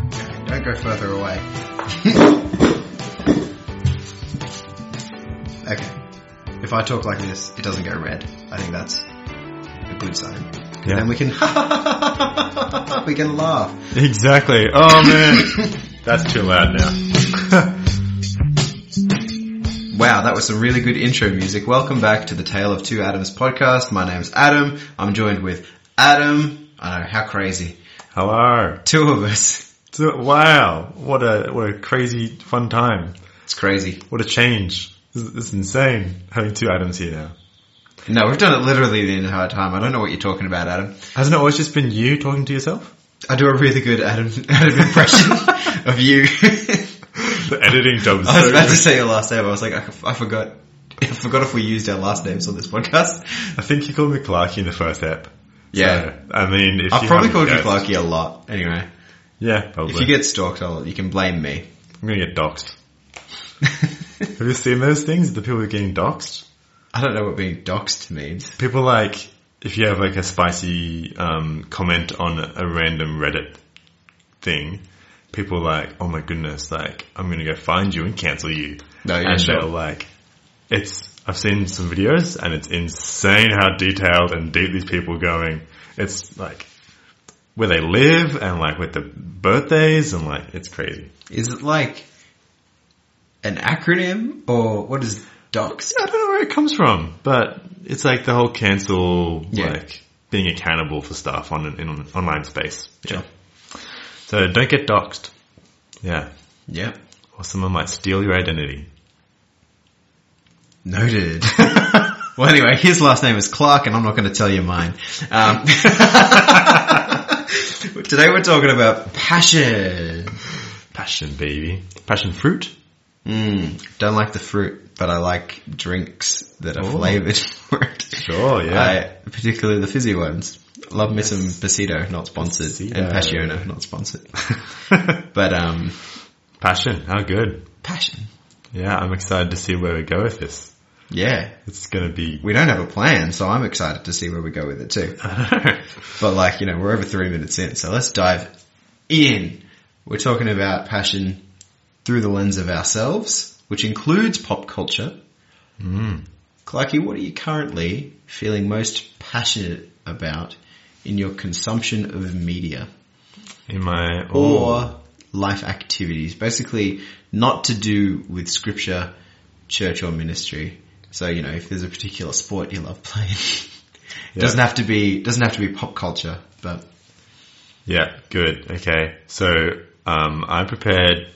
go further away. okay. If I talk like this, it doesn't go red. I think that's a good sign. 'Cause Yeah. Then we can we can laugh. Exactly. Oh man, that's too loud now. Wow, that was some really good intro music. Welcome back to the Tale of Two Adams podcast. My name's Adam. I'm joined with Adam. I know how crazy. Hello. Two of us. So- Wow, what a what a crazy fun time. It's crazy. What a change. This is, this is insane. Having two items here now. No, we've done it literally the entire time. I don't know what you're talking about, Adam. Hasn't it always just been you talking to yourself? I do a really good Adam, Adam impression of you. The editing job is I was so about to good. say your last name. I was like, I, I forgot. I forgot if we used our last names on this podcast. I think you called me Clarky in the first app. Yeah. So, I mean, if I've you probably haven't called you guessed- Clarky a lot. Anyway, Yeah, probably. if you get stalked, I'll, you can blame me. I'm gonna get doxxed. Have you seen those things? The people who are getting doxxed? I don't know what being doxxed means. People like, if you have like a spicy um, comment on a random Reddit thing, people like, oh my goodness, like, I'm gonna go find you and cancel you. No, you're and uh, sure. they'll like, it's, I've seen some videos and it's insane how detailed and deep these people are going. It's like, where they live and like with the birthdays and like, it's crazy. Is it like an acronym or what is doxxed? I don't know where it comes from, but it's like the whole cancel, Yeah. like being accountable for stuff on an in an online space. Sure. So don't get doxxed. Yeah. Yeah. Or someone might steal your identity. Noted. well, anyway, his last name is Clark, and I'm not going to tell you mine. Um, today we're talking about passion. Passion, baby. Passion fruit? Mm, don't like the fruit, but I like drinks that are Ooh. flavored for it. Sure, yeah. I, particularly the fizzy ones. Love me some Pasito, not sponsored, and Pasito. Passiona, not sponsored. but um, Passion. How good. passion. Yeah, I'm excited to see where we go with this. Yeah, It's going to be. we don't have a plan, so I'm excited to see where we go with it too. But like, you know, we're over three minutes in, so let's dive in. We're talking about passion through the lens of ourselves, which includes pop culture. Mm. Hmm. Clarky, what are you currently feeling most passionate about in your consumption of media In my. or life activities? Basically, not to do with scripture, church, or ministry. So, you know, if there's a particular sport you love playing, it Yeah. doesn't have to be, doesn't have to be pop culture, but Yeah, good. Okay. So um, I prepared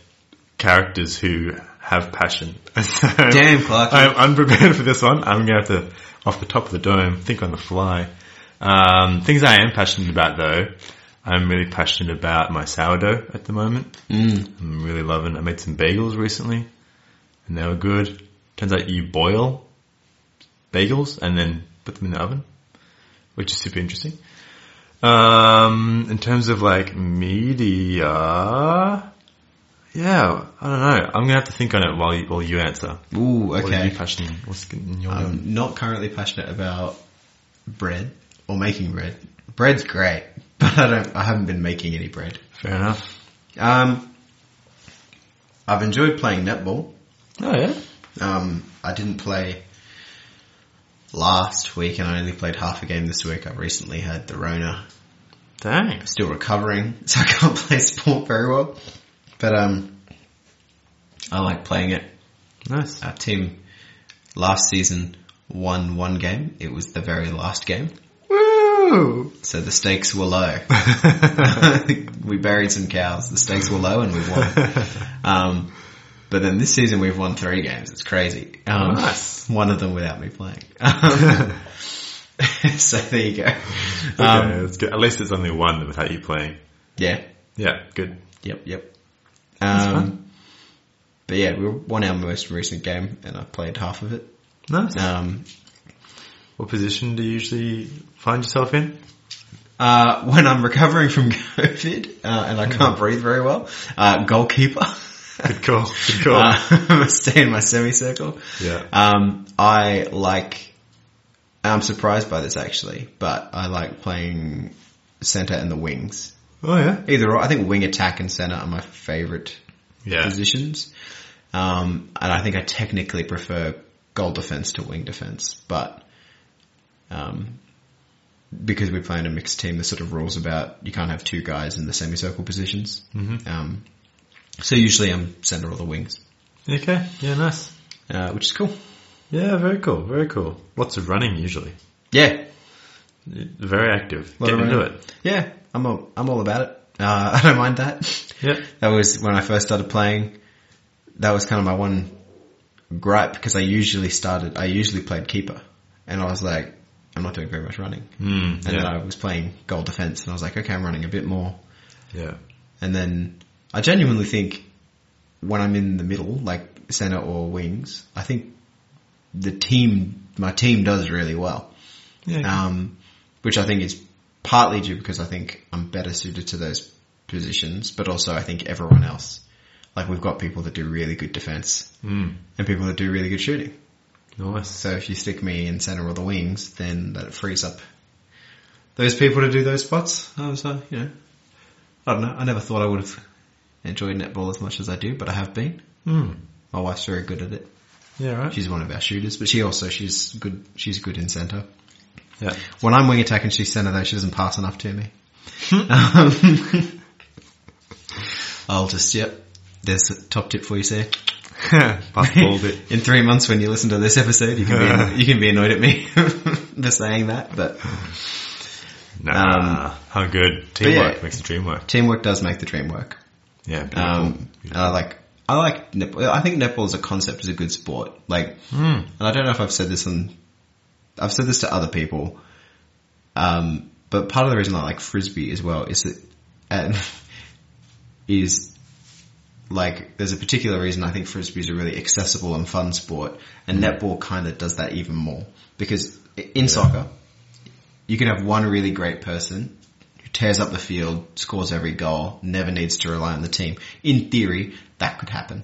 characters who have passion. So Damn, Clarky. I'm unprepared for this one. I'm going to have to, off the top of the dome, think on the fly. Um, things I am passionate about, though. I'm really passionate about my sourdough at the moment. Mm. I'm really loving I made some bagels recently, and they were good. Turns out you boil bagels and then put them in the oven, which is super interesting. Um, in terms of like media, yeah, I don't know. I'm gonna have to think on it while you, while you answer. Ooh, What are you okay. passionate? What's in your um, I'm not currently passionate about bread or making bread. Bread's great, but I don't. I haven't been making any bread. Fair enough. Um, I've enjoyed playing netball. Oh yeah. Um, I didn't play last week, and I only played half a game this week. I recently had the Rona, Dang. still recovering, so I can't play sport very well. But um, I like playing it. Nice. Our team last season won one game. It was the very last game. Woo! So the stakes were low. we buried some cows. The stakes were low and we won. Um, but then this season we've won three games. It's crazy. Um, Nice. One of them without me playing. Um, so there you go. Um, okay, that's good. At least it's only one without you playing. yeah. Yeah, good. Yep. Yep. Um, but yeah, we won our most recent game and I played half of it. Nice. Um, What position do you usually find yourself in? uh, when I'm recovering from COVID uh, and I can't breathe very well, uh, goalkeeper. Hmm. Good call. Good call. Uh, stay in my semicircle. Yeah. Um, I like. I'm surprised by this actually, but I like playing centre and the wings. Oh yeah. Either or, I think wing attack and center are my favorite Yeah. positions. Um, and I think I technically prefer goal defense to wing defense, but um, because we play in a mixed team, the sort of rules about you can't have two guys in the semicircle positions. Mhm. Um, so usually I'm center or the wings, Okay. Yeah. Nice. uh, which is cool. Yeah. Very cool. Very cool. Lots of running usually. Yeah, Very active. Lot Get of into running. it. yeah, I'm all, I'm all about it. Uh, I don't mind that. Yeah. That was when I first started playing. That was kind of my one gripe because I usually started, I usually played keeper and I was like, I'm not doing very much running. Mm, And uh, then yeah. I was playing goal defense and I was like, okay, I'm running a bit more. Yeah. And then I genuinely think when I'm in the middle, like center or wings, I think the team, my team does really well Yeah. um, which I think is partly due because I think I'm better suited to those positions, but also I think everyone else. Like we've got people that do really good defense mm, and people that do really good shooting. nice. So if you stick me in center or the wings, then that frees up those people to do those spots. Um, so you know, I don't know. I never thought I would have enjoyed netball as much as I do, but I have been. Mm. My wife's very good at it. Yeah. Right. She's one of our shooters, but she also she's good. She's good in center. Yeah. When I'm wing attack and she's centre though, she doesn't pass enough to me. um, I'll just, yep. There's a top tip for you, sir. Pass the ball a bit. In three months when you listen to this episode, you can be, anno- you can be annoyed at me for saying that, but Nah. how good teamwork yeah. makes the dream work. teamwork does make the dream work. Yeah. Beautiful. Um, and I like, I like netball. I think netball as a concept is a good sport. Like, Mm. and I don't know if I've said this on, I've said this to other people, um, but part of the reason I like frisbee as well is that, and is like there's a particular reason I think frisbee is a really accessible and fun sport, and netball kind of does that even more because i- in soccer you can have one really great person who tears up the field, scores every goal, never needs to rely on the team. In theory, that could happen.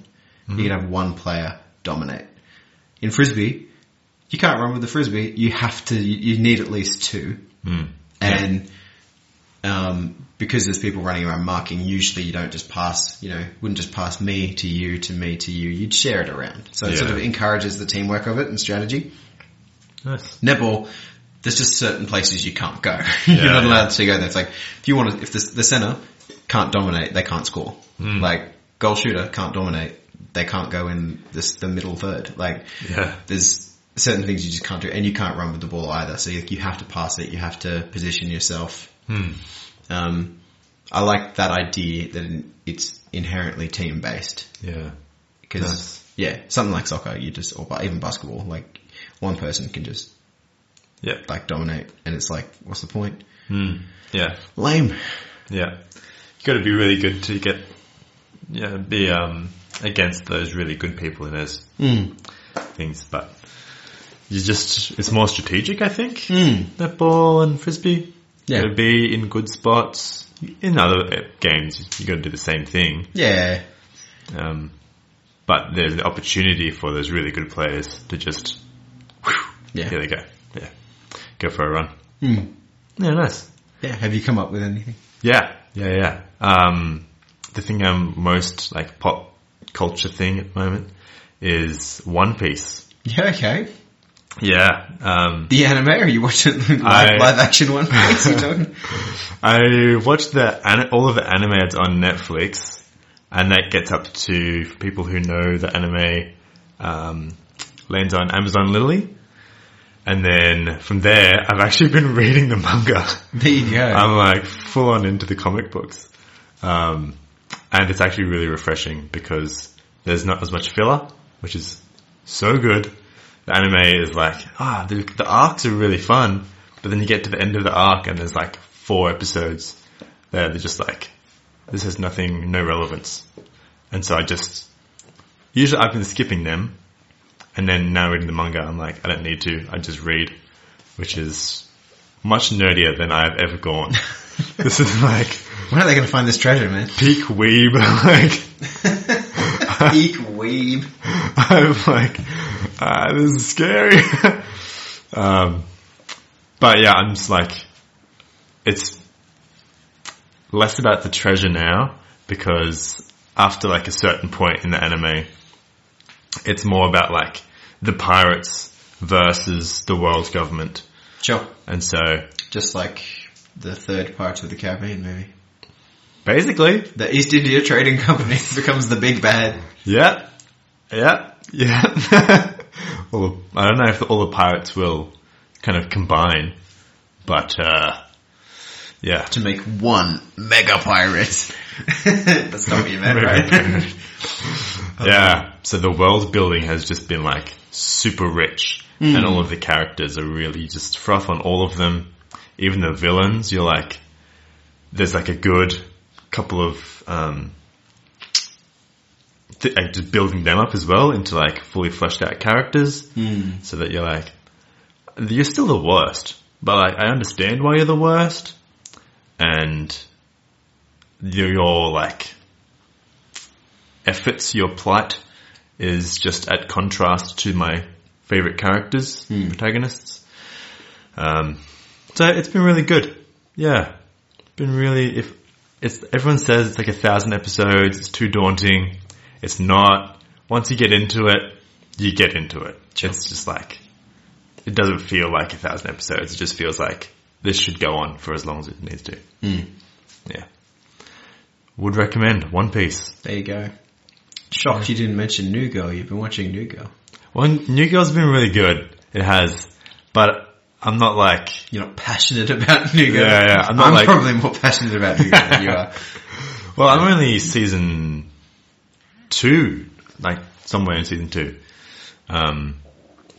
Mm-hmm. You could have one player dominate. In frisbee, you can't run with the frisbee. You have to. You you need at least two, Mm. and um, because there's people running around marking, usually you don't just pass. You know, wouldn't just pass me to you to me to you. You'd share it around. So it sort Yeah. of encourages the teamwork of it and strategy. Nice. Netball, there's just certain places you can't go. You're Yeah, not yeah. allowed to go there. It's like if you want to, if the, the center can't dominate, they can't score. Hmm. Like goal shooter can't dominate, they can't go in this the middle third. Like Yeah. there's certain things you just can't do, and you can't run with the ball either. So you, you have to pass it, you have to position yourself. Mm. Um, I like that idea that it's inherently team based Yeah. because Nice. yeah, something like soccer, you just or ba- even basketball, like one person can just Yeah. like dominate, and it's like, what's the point? Mm. Yeah. Lame. Yeah, you got to be really good to get yeah be um against those really good people in those things, but you just it's more strategic, I think. Mm. Hmm. Netball and frisbee. Yeah. Gotta be in good spots. In other eh, games, you got to do the same thing, Yeah, um, but there's an opportunity for those really good players to just yeah, here they go, yeah, go for a run. Mm. Yeah, nice. yeah. Have you come up with anything? Yeah, yeah, yeah. Um, the thing I'm most like pop culture thing at the moment is One Piece. Yeah, okay. Yeah, um, The anime? Are you watching live, I- live action one? What's you talking? I watched the an- all of the anime that's on Netflix, and that gets up to for people who know the anime um, lands on Amazon Lily, and then from there I've actually been reading the manga. There you go. I'm like full on into the comic books. Um, and it's actually really refreshing because there's not as much filler, which is so good. The anime is like, ah, the, the arcs are really fun, but then you get to the end of the arc and there's like four episodes there. They're just like, this has nothing, no relevance. And so I just, usually I've been skipping them and then now reading the manga, I'm like, I don't need to, I just read, which is much nerdier than I've ever gone. this is like when are they going to find this treasure, man? peak weeb. like Eek weeb. I'm like, ah, this is scary. um, but yeah, I'm just like, it's less about the treasure now because after like a certain point in the anime, it's more about like the pirates versus the world government. Sure. And so Just like the third part of the Caribbean movie. basically, The East India Trading Company becomes the big bad. yeah, yeah, yeah. all, I don't know if all the pirates will kind of combine, but, uh, yeah. to make one mega pirate. That's not what you meant, right? yeah. So the world building has just been like super rich and all of the characters are really you just froth on all of them. Even the villains, you're like, there's like a good couple of, um, th- and just building them up as well into like fully fleshed out characters Hmm, so that you're like, you're still the worst, but like, I understand why you're the worst and your, your like efforts, your plight is just at contrast to my favorite characters, protagonists. Um, so it's been really good. Yeah. It's been really, if it's, everyone says it's like a thousand episodes, it's too daunting. It's not. Once you get into it, you get into it. It's just like, it doesn't feel like a thousand episodes. It just feels like this should go on for as long as it needs to. Yeah. Would recommend One Piece. there you go. Shocked you didn't mention New Girl. You've been watching New Girl. Well, New Girl's been really good. It has, but I'm not like You're not passionate about New Girl. Yeah, yeah, I'm, I'm not like- probably more passionate about New Girl than you are. well. I'm only season two, like somewhere in season two. Um,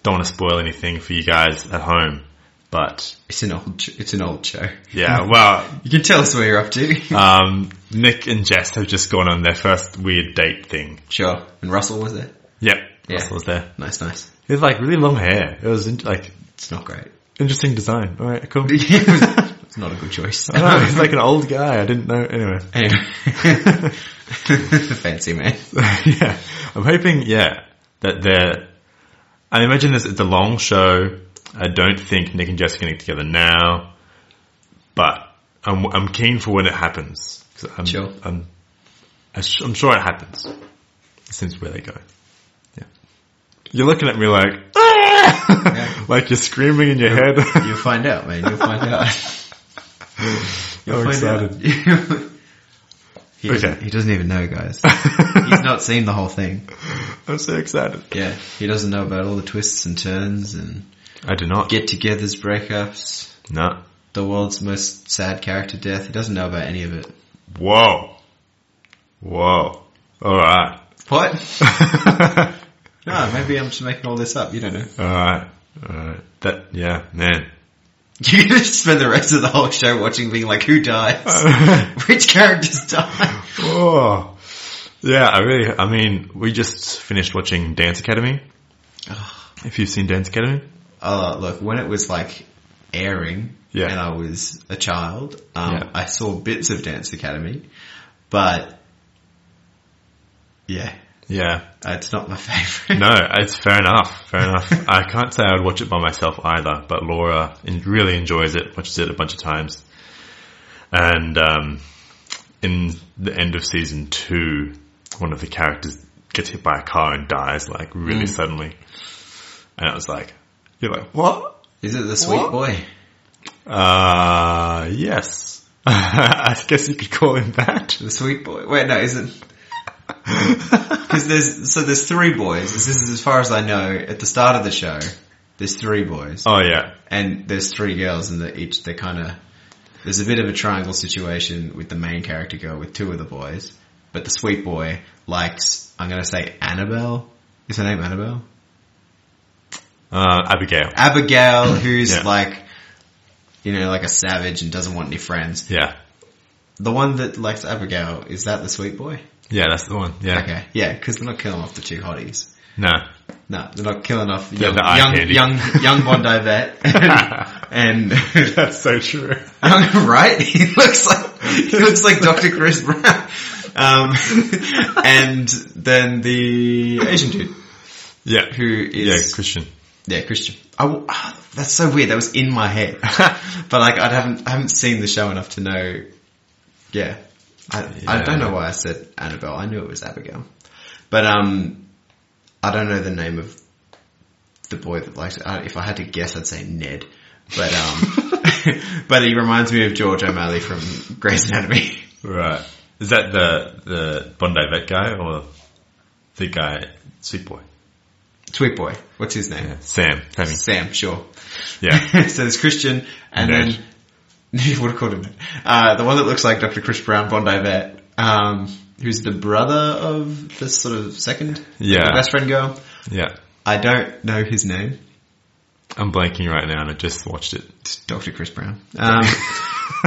don't want to spoil anything for you guys at home, but It's an old, ch- it's an old show. yeah. Well, You can tell us where you're up to. um, Nick and Jess have just gone on their first weird date thing. sure. And Russell was there. Yep, Yeah. Russell was there. Nice, nice. He had like really long hair. It was in- like It's not great. interesting design. All right, cool. it was, it's not a good choice. I don't know, he's like an old guy. I didn't know. Anyway. anyway. Fancy man. yeah, I'm hoping. Yeah, that they're. I imagine this. It's a long show. I don't think Nick and Jess are going to get together now, but I'm I'm keen for when it happens. 'Cause I'm, Sure. I'm, I sh- I'm sure it happens. Since where they go. Yeah. You're looking at me like, "Ah!" Yeah. like you're screaming in your head. You'll find out, man. You'll find out. You'll I'm find excited. out. he, doesn't, Okay. he doesn't even know, guys. He's not seen the whole thing. I'm so excited. Yeah, he doesn't know about all the twists and turns and I do not. get-togethers, breakups, no. the world's most sad character death. He doesn't know about any of it. Whoa. Whoa. All right. What? No, maybe I'm just making all this up. You don't know. Alright. Alright. That, yeah, man. You're gonna spend the rest of the whole show watching, being like, "Who dies? Which characters die?" oh. Yeah, I really, I mean, we just finished watching Dance Academy. If you've seen Dance Academy. Uh, look, when it was like airing Yeah. and I was a child, um, Yeah. I saw bits of Dance Academy, but yeah, Yeah. it's not my favorite. No, it's fair enough. Fair enough. I can't say I would watch it by myself either, but Laura en- really enjoys it, watches it a bunch of times. And, um, in the end of season two, one of the characters gets hit by a car and dies like really suddenly. And it was like, you're like, what? Is it the Sweet What? Boy? Uh, yes. I guess you could call him that. The Sweet Boy? Wait, no, isn't. Because there's so there's three boys. This is as far as I know. At the start of the show, there's three boys, Oh yeah. and there's three girls, and they're each they're kind of there's a bit of a triangle situation with the main character girl with two of the boys, but the sweet boy likes I'm gonna say Annabelle. Is her name Annabelle? Uh, Abigail. Abigail, who's Yeah. like you know like a savage and doesn't want any friends. Yeah. The one that likes Abigail is that the sweet boy? Yeah, that's the one. Yeah. Okay, yeah, because they're not killing off the two hotties. No. No, they're not killing off Yeah, young the eye young, candy. young young Bondi vet and, and That's so true. right? He looks like he looks like Dr. Chris Brown. Um, and then the Asian dude Yeah. who Yeah, is Christian. yeah, Christian. I w ah, that's so weird. That was in my head, but like I haven't I haven't seen the show enough to know Yeah. I, I Yeah. don't know why I said Annabelle. I knew it was Abigail. But, um, I don't know the name of the boy that likes, I, if I had to guess, I'd say Ned. But, um, but he reminds me of George O'Malley from Grey's Anatomy. Right. Is that the the Bondi vet guy or the guy sweet boy? Sweet boy. What's his name? Yeah. Sam. Sammy. Sam, sure. Yeah. so there's Christian and then, Ned. you would have called him Ned. Uh, the one that looks like Dr. Chris Brown, Bondi Vet, um, who's the brother of the sort of second Yeah. best friend girl. Yeah. I don't know his name. I'm blanking right now and I just watched it. It's Dr. Chris Brown. Um,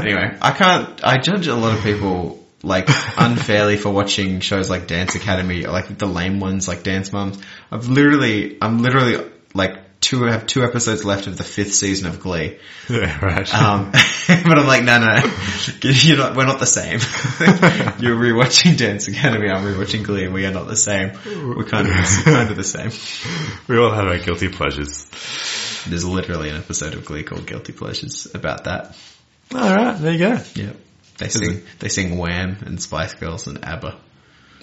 anyway, I can't, I judge a lot of people like unfairly for watching shows like Dance Academy or like the lame ones like Dance Moms. I've literally, I'm literally like two, have two episodes left of the fifth season of Glee. Yeah, right. Um, but I'm like, no, no, you're not, we're not the same. you're rewatching Dance Academy, I'm rewatching Glee, we are not the same. We're kind of, kind of the same. we all have our guilty pleasures. There's literally an episode of Glee called Guilty Pleasures about that. All right, there you go. Yeah. They it? sing they sing Wham and Spice Girls and ABBA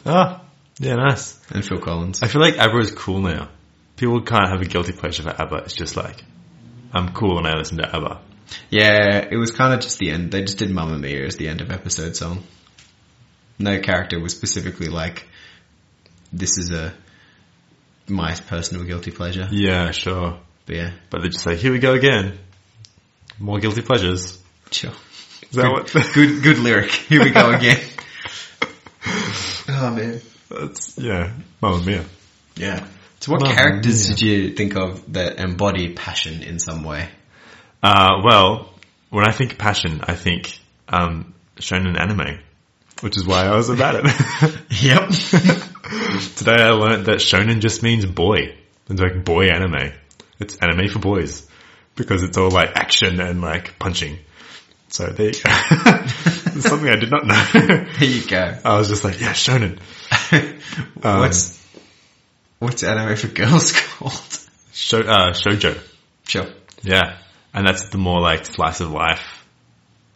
Ah, yeah, nice. and Phil Collins. I feel like ABBA is cool now. People can't have a guilty pleasure for ABBA. It's just like, I'm cool when I listen to ABBA. Yeah, it was kind of just the end. They just did Mamma Mia as the end of episode song. No character was specifically like, this is a my personal guilty pleasure. Yeah, sure. But yeah, But they're just like, here we go again. More guilty pleasures. sure. Is that what? Good good lyric. Here we go again. oh man. That's, yeah, Mamma Mia. Yeah. So what Mamma characters Mia. did you think of that embody passion in some way? Uh, well, when I think passion, I think um, shown in anime, which is why I was about it. Yep. Today I learned that shonen just means boy. It's like boy anime. It's anime for boys because it's all like action and like punching. So there you go. It's something I did not know. there you go. I was just like, yeah, shonen. Um, what's what's anime for girls called? Sho- uh, shoujo. Sure. Yeah. And that's the more like slice of life,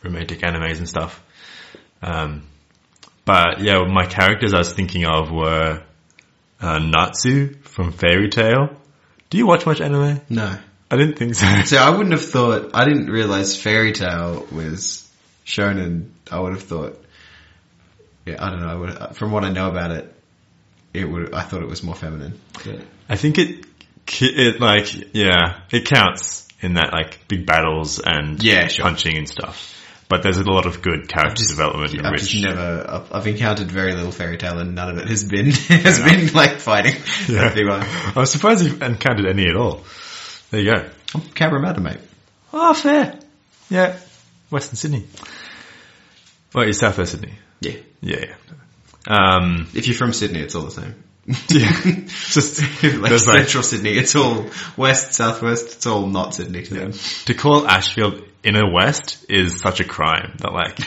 romantic animes and stuff. Um, but yeah, my characters I was thinking of were uh, Natsu from Fairy Tail. Do you watch much anime? No. I didn't think so. So I wouldn't have thought. I didn't realize fairy tale was shonen. I would have thought. Yeah, I don't know. I would, from what I know about it, it would. I thought it was more feminine. I think it, it like, yeah, it counts in that like big battles and Yeah, sure. punching and stuff. But there's a lot of good character development and I've rich. just never. I've, I've encountered very little fairy tale, and none of it has been has been like fighting. Yeah. That'd be why. I was surprised you encountered any at all. There you go. I'm Cabramatta, mate. Oh, fair. Yeah. Western Sydney. Well, you're Southwest Sydney. Yeah. Yeah. Um, If you're from Sydney, it's all the same. yeah. Just like there's like, central Sydney, it's all west, southwest, it's all not Sydney to them. to call Ashfield inner west is such a crime that like,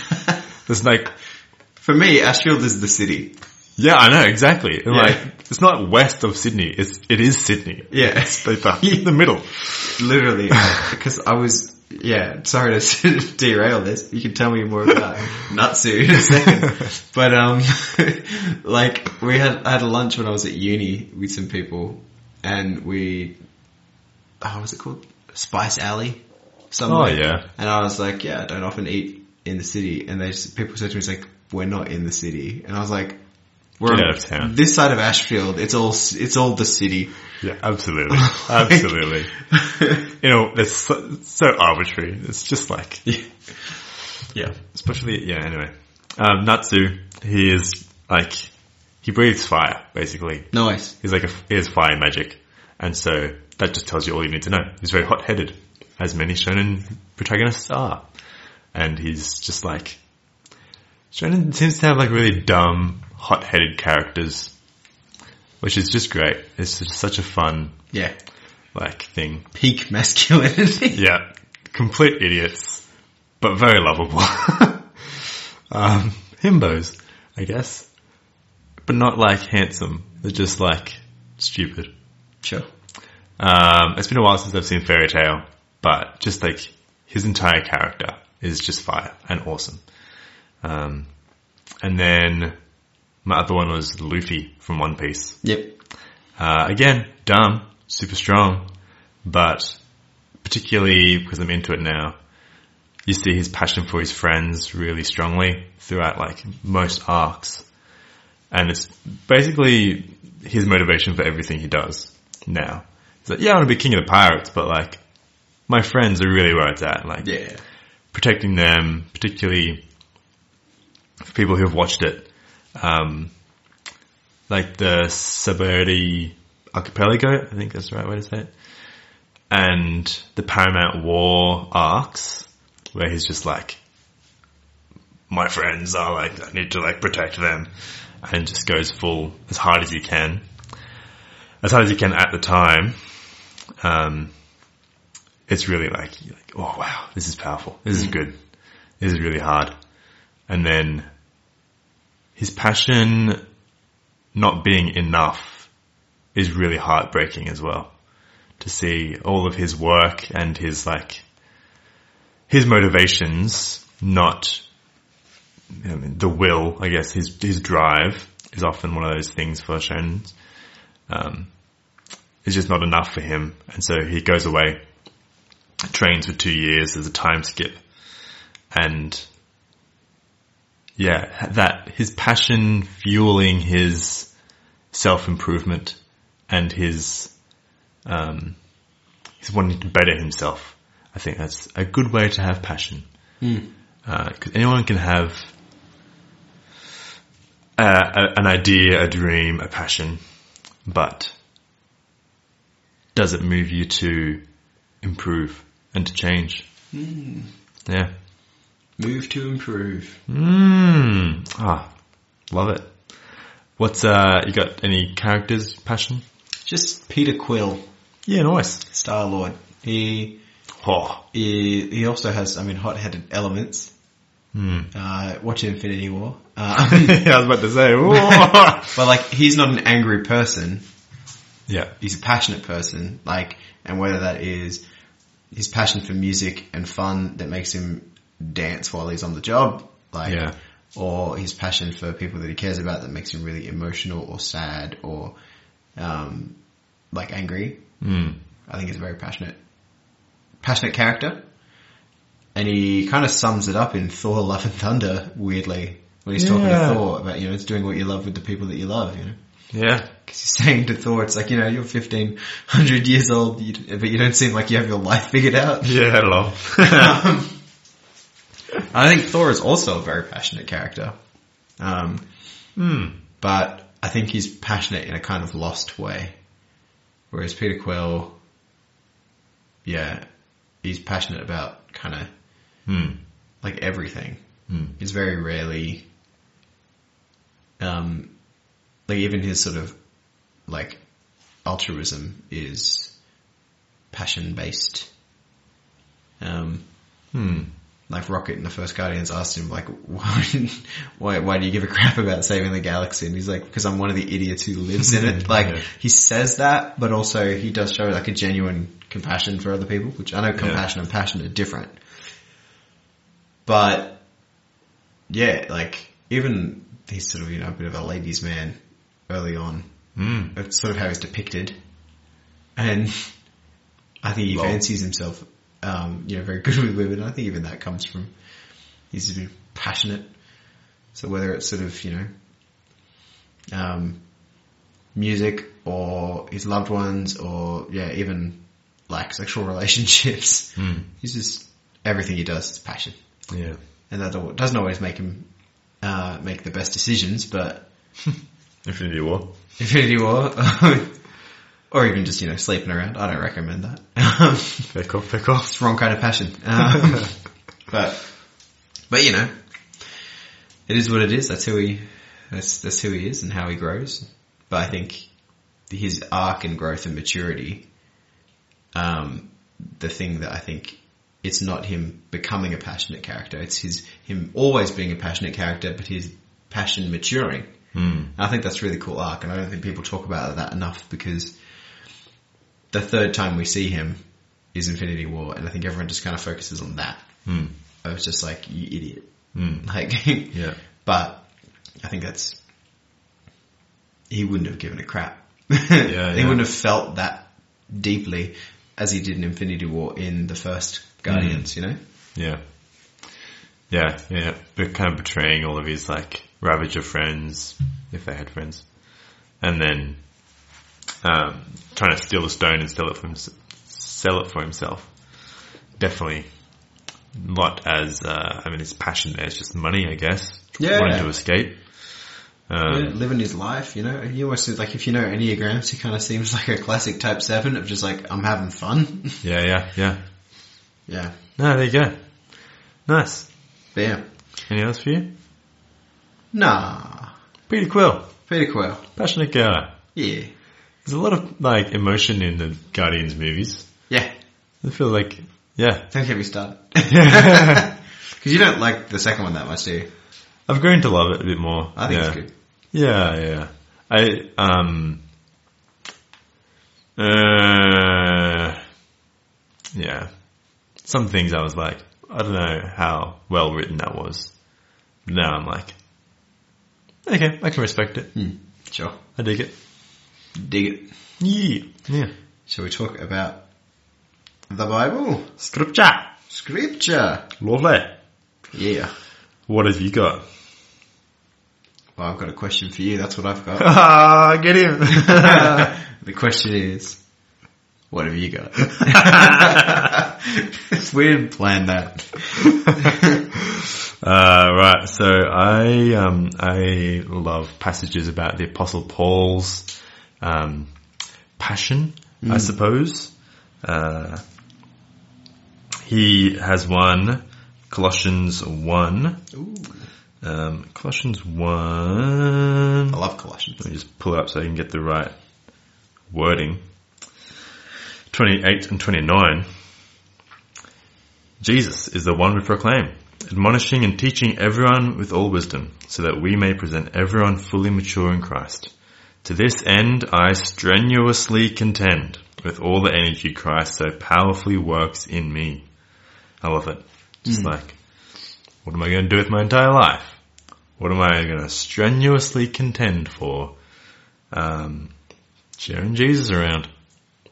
there's like, For me, Ashfield is the city. yeah, I know exactly. And, Yeah. Like, it's not west of Sydney. It's it is Sydney. Yeah, It's like the, the middle. literally. Because I was, yeah, sorry to derail this. You can tell me more about Natsu in a second. But, um, like, we had, I had a lunch when I was at uni with some people and we, oh, what was it called? Spice Alley? Oh Somewhere. yeah. And I was like, yeah, I don't often eat in the city. And they just, people said to me, it's like, we're not in the city. And I was like, we're Get out of town. this side of Ashfield. It's all, c- it's all the city. Yeah, absolutely. Absolutely. You know, that's so, it's so arbitrary. It's just like, yeah. especially, yeah, anyway. Um, Natsu, he is like, he breathes fire, basically. Nice. He's like, a, he has fire magic. And so that just tells you all you need to know. He's very hot-headed, as many shonen protagonists are. And he's just like, shonen seems to have like really dumb, hot-headed characters, which is just great. It's just such a fun, Yeah. like, thing. Peak masculinity. Yeah, complete idiots, but very lovable. um, himbos, I guess, but not like handsome. They're just like stupid. Sure. Um, it's been a while since I've seen Fairy Tale, but just like his entire character is just fire and awesome. Um, and then my other one was Luffy from One Piece. Yep. Uh, again, dumb, super strong, but particularly because I'm into it now, you see his passion for his friends really strongly throughout like most arcs. And it's basically his motivation for everything he does now. He's like, yeah, I want to be king of the pirates, but like, my friends are really where it's at. Like, Yeah. protecting them, particularly for people who have watched it. Um, like the Saberdi Archipelago, I think that's the right way to say it. And the Paramount War arcs, where he's just like, my friends are like, I need to like protect them. And just goes full as hard as you can. As hard as you can at the time. Um, it's really like, you're like, oh wow, this is powerful. This is good. This is really hard. And then his passion not being enough is really heartbreaking as well. To see all of his work and his like, his motivations not, I mean, the will, I guess, his, his drive is often one of those things for Shonens. Um, it's just not enough for him. And so he goes away trains for two years. There's a time skip, and yeah, that his passion fueling his self improvement and his um, he's wanting to better himself. I think that's a good way to have passion because anyone can have. Uh, a, an idea, a dream, a passion, but does it move you to improve and to change. Yeah. Hmm. Move to improve. Mm. Ah, love it. What's uh? You got any characters passion? Just Peter Quill, Yeah, nice. Star Lord. He, Oh, he he also has, I mean, hot-headed elements. Hmm. Uh, watch Infinity War. Uh, yeah, I was about to say. oh. but like, he's not an angry person. yeah, he's a passionate person, like, and whether that is his passion for music and fun that makes him dance while he's on the job, like, Yeah. or his passion for people that he cares about that makes him really emotional or sad or, um, like angry. mm. I think he's a very passionate, passionate character. And he kind of sums it up in Thor Love and Thunder, weirdly, when he's talking Yeah. to Thor about, you know, it's doing what you love with the people that you love, you know. yeah, Because you're saying to Thor, it's like, you know, you're 1500 years old, you, but you don't seem like you have your life figured out. yeah. Hello. Um, I think Thor is also a very passionate character. Um, mm. but I think he's passionate in a kind of lost way. Whereas Peter Quill, yeah, he's passionate about kind of Mm. like everything. Mm. He's very rarely, um, like even his sort of like altruism is passion based. Um, Mm. like Rocket in the first Guardians asked him like, why, why, why do you give a crap about saving the galaxy? And he's like, because I'm one of the idiots who lives in it. Like Yeah. he says that, but also he does show like a genuine compassion for other people, which I know compassion and passion are different, but yeah, like even he's sort of, you know, a bit of a ladies man early on. Mm. That's sort of how he's depicted. And I think he Well- fancies himself, um, you know, very good with women. I think even that comes from he's a bit passionate. So whether it's sort of, you know, um, music or his loved ones or, yeah, even like sexual relationships, Mm. he's just, everything he does is passion. Yeah. And that al- doesn't always make him, uh, make the best decisions, but Infinity War. Infinity War, or even just you know sleeping around. I don't recommend that. Um, Fair call. Fair call. it's the wrong kind of passion. Um, but but you know, it is what it is. That's who he that's that's who he is and how he grows. But I think his arc and growth and maturity, um, the thing that I think it's not him becoming a passionate character. It's his him always being a passionate character, but his passion maturing. Mm. I think that's a really cool arc, and I don't think people talk about that enough because the third time we see him is Infinity War, and I think everyone just kind of focuses on that. Mm. I was just like, you idiot. Mm. Like, Yeah. but I think that's he wouldn't have given a crap. yeah, he yeah. wouldn't have felt that deeply as he did in Infinity War in the first Guardians. You know, Yeah. Yeah, yeah. But kind of betraying all of his like Ravager friends, if they had friends. And then um, trying to steal the stone and sell it for himself. Sell it for himself. Definitely not as uh, I mean his passion there is just money, I guess. Yeah. Wanting to escape. Um, Yeah, living his life. You know, he almost seems like if you know enneagrams, he kind of seems like a classic Type Seven of just like I'm having fun. yeah, yeah, yeah. yeah, No, there you go. Nice. but yeah, Any others for you? nah, Peter Quill, Peter Quill. passionate guy. Yeah, There's a lot of like emotion in the Guardians movies. yeah. I feel like, yeah, Don't get me started. Because you don't like the second one that much, do you? I've grown to love it a bit more. I think yeah. it's good. Yeah, yeah. I um, uh, yeah. Some things I was like, I don't know how well written that was. Now I'm like, okay, I can respect it. Hmm. Sure, I dig it. dig it. Yeah, yeah. Shall we talk about the Bible? Scripture, Scripture. lovely. Yeah. What have you got? Well, I've got a question for you. That's what I've got. Ah, get him. the question is, what have you got? we didn't plan that. Uh, right, so I um, I love passages about the Apostle Paul's um, passion, I suppose. Uh, he has one, Colossians one, Ooh, um, Colossians one. I love Colossians. Let me just pull it up so you can get the right wording. 28 and 29. Jesus is the one we proclaim, admonishing and teaching everyone with all wisdom, so that we may present everyone fully mature in Christ. To this end I strenuously contend with all the energy Christ so powerfully works in me. I love it. Just like, what am I going to do with my entire life? What am I going to strenuously contend for? Um, sharing Jesus around.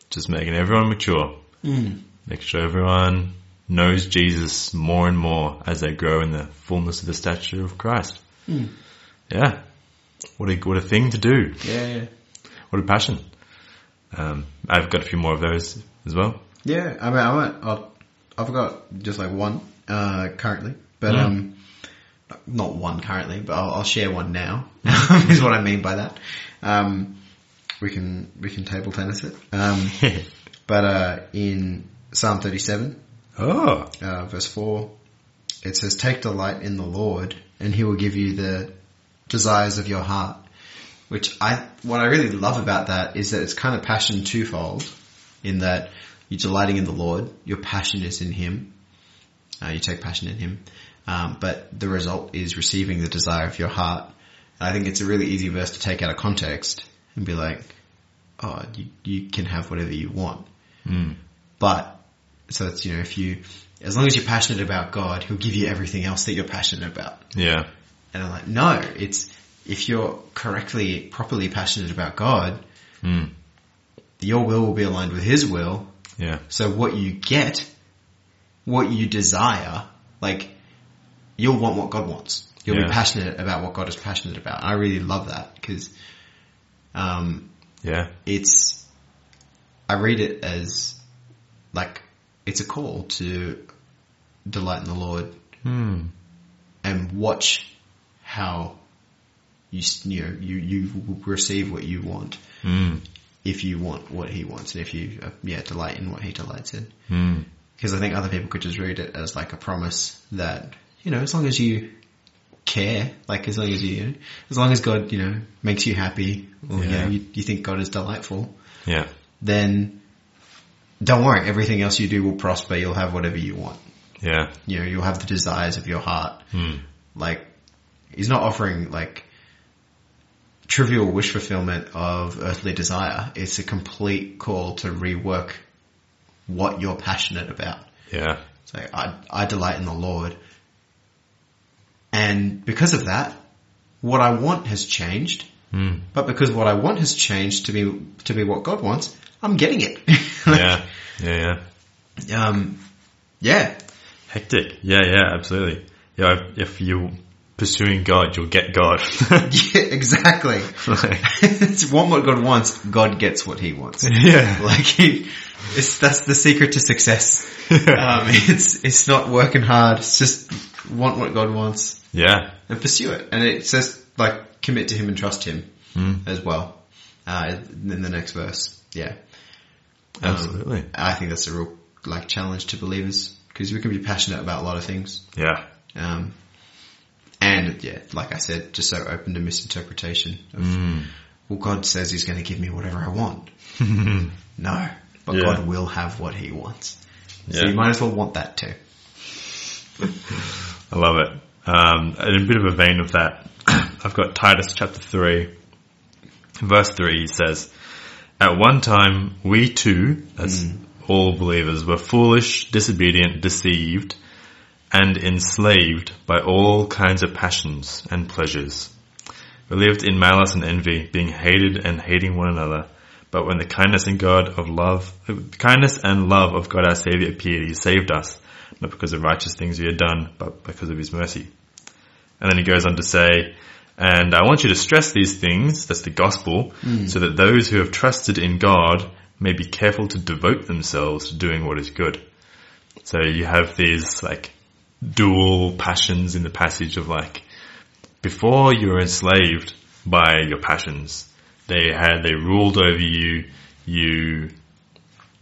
Just making everyone mature. Mm. Make sure everyone knows Jesus more and more as they grow in the fullness of the stature of Christ. Mm. Yeah. What a, what a thing to do. Yeah, yeah. What a passion. Um, I've got a few more of those as well. Yeah, I mean, I went, I- I've got just like one uh, currently, but Mm. um, not one currently, but I'll, I'll share one now. is what I mean by that. Um, we can we can table tennis it. Um, but uh, in Psalm thirty-seven, oh. uh, verse four, it says, "Take delight in the Lord, and He will give you the desires of your heart." Which I, what I really love about that is that it's kind of passion twofold, in that you're delighting in the Lord, your passion is in Him, uh, you take passion in Him, um, but the result is receiving the desire of your heart. And I think it's a really easy verse to take out of context and be like, "Oh, you, you can have whatever you want," Mm. but so it's you know if you as long as you're passionate about God, He'll give you everything else that you're passionate about. Yeah. And I'm like, no, it's if you're correctly, properly passionate about God, Mm. your will will be aligned with His will. Yeah. So what you get, what you desire, like you'll want what God wants. You'll Yeah. be passionate about what God is passionate about. And I really love that because um, Yeah. it's I read it as like it's a call to delight in the Lord Mm. and watch how you s- you know, you you will receive what you want Mm. if you want what He wants and if you uh, yeah delight in what He delights in Mm. because I think other people could just read it as like a promise that you know as long as you care like as long as you, as long as God you know makes you happy or you, Yeah. know, you, you think God is delightful Yeah. then don't worry. Everything else you do will prosper. You'll have whatever you want. Yeah. You know, you'll have the desires of your heart. Mm. Like, he's not offering like trivial wish fulfillment of earthly desire. It's a complete call to rework what you're passionate about. Yeah. So I, I delight in the Lord. And because of that, what I want has changed. Mm. But because what I want has changed to be to be what God wants, I'm getting it. Yeah. Yeah. Yeah. yeah. Um, yeah. Hectic. Yeah. Yeah. Absolutely. Yeah. if- If you're pursuing God, you'll get God. Yeah, exactly. Like, it's want what God wants. God gets what He wants. yeah. Like he, it's that's the secret to success. Um, it's it's not working hard. It's just want what God wants yeah. and pursue it. And it says like commit to Him and trust Him Mm. as well. Uh, in the next verse, yeah. Um, Absolutely. I think that's a real like challenge to believers because we can be passionate about a lot of things. Yeah. Um, and yeah, like I said, just so open to misinterpretation. Of, Mm. Well, God says He's going to give me whatever I want. no, but Yeah. God will have what He wants. So Yeah. you might as well want that too. I love it. Um, and in a bit of a vein of that, I've got Titus chapter 3, verse 3 he says, At one time, we too, as all believers, were foolish, disobedient, deceived, and enslaved by all kinds of passions and pleasures. We lived in malice and envy, being hated and hating one another. But when the kindness and God of love, kindness and love of God our Savior appeared, He saved us, not because of righteous things we had done, but because of His mercy. And then He goes on to say, and I want you to stress these things, that's the gospel, so that those who have trusted in God may be careful to devote themselves to doing what is good. So you have these like dual passions in the passage of like, before you were enslaved by your passions. They had, they ruled over you. You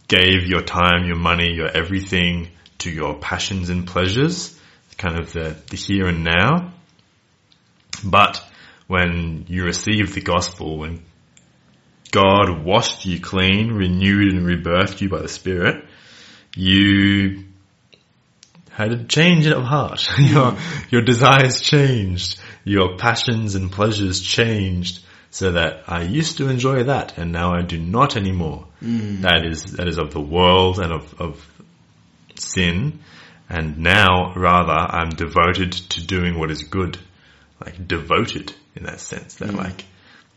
gave your time, your money, your everything to your passions and pleasures, kind of the, the here and now. But when you received the gospel, when God washed you clean, renewed and rebirthed you by the Spirit, you had a change of heart. your, your desires changed. Your passions and pleasures changed so that I used to enjoy that and now I do not anymore. That is, that is of the world and of, of sin. And now rather I'm devoted to doing what is good. Like devoted in that sense that like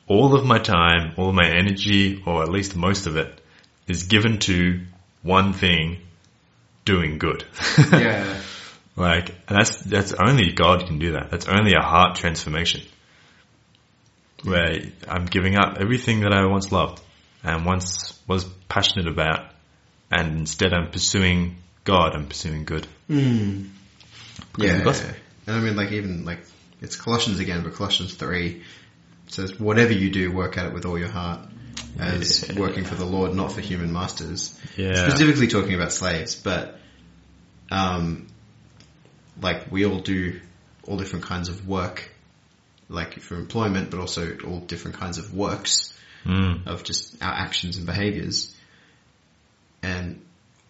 all of my time, all of my energy, or at least most of it is given to one thing, doing good. Yeah. Like and that's that's only God can do that. That's only a heart transformation. Where I'm giving up everything that I once loved and once was passionate about and instead I'm pursuing God, I'm pursuing good. Mm. of the Yeah. gospel. And I mean, like, even, like, it's Colossians again, but Colossians 3 says, whatever you do, work at it with all your heart as Yeah. working for the Lord, not for human masters. Yeah. Specifically talking about slaves, but, um, like, we all do all different kinds of work, like, for employment, but also all different kinds of works Mm. of just our actions and behaviors and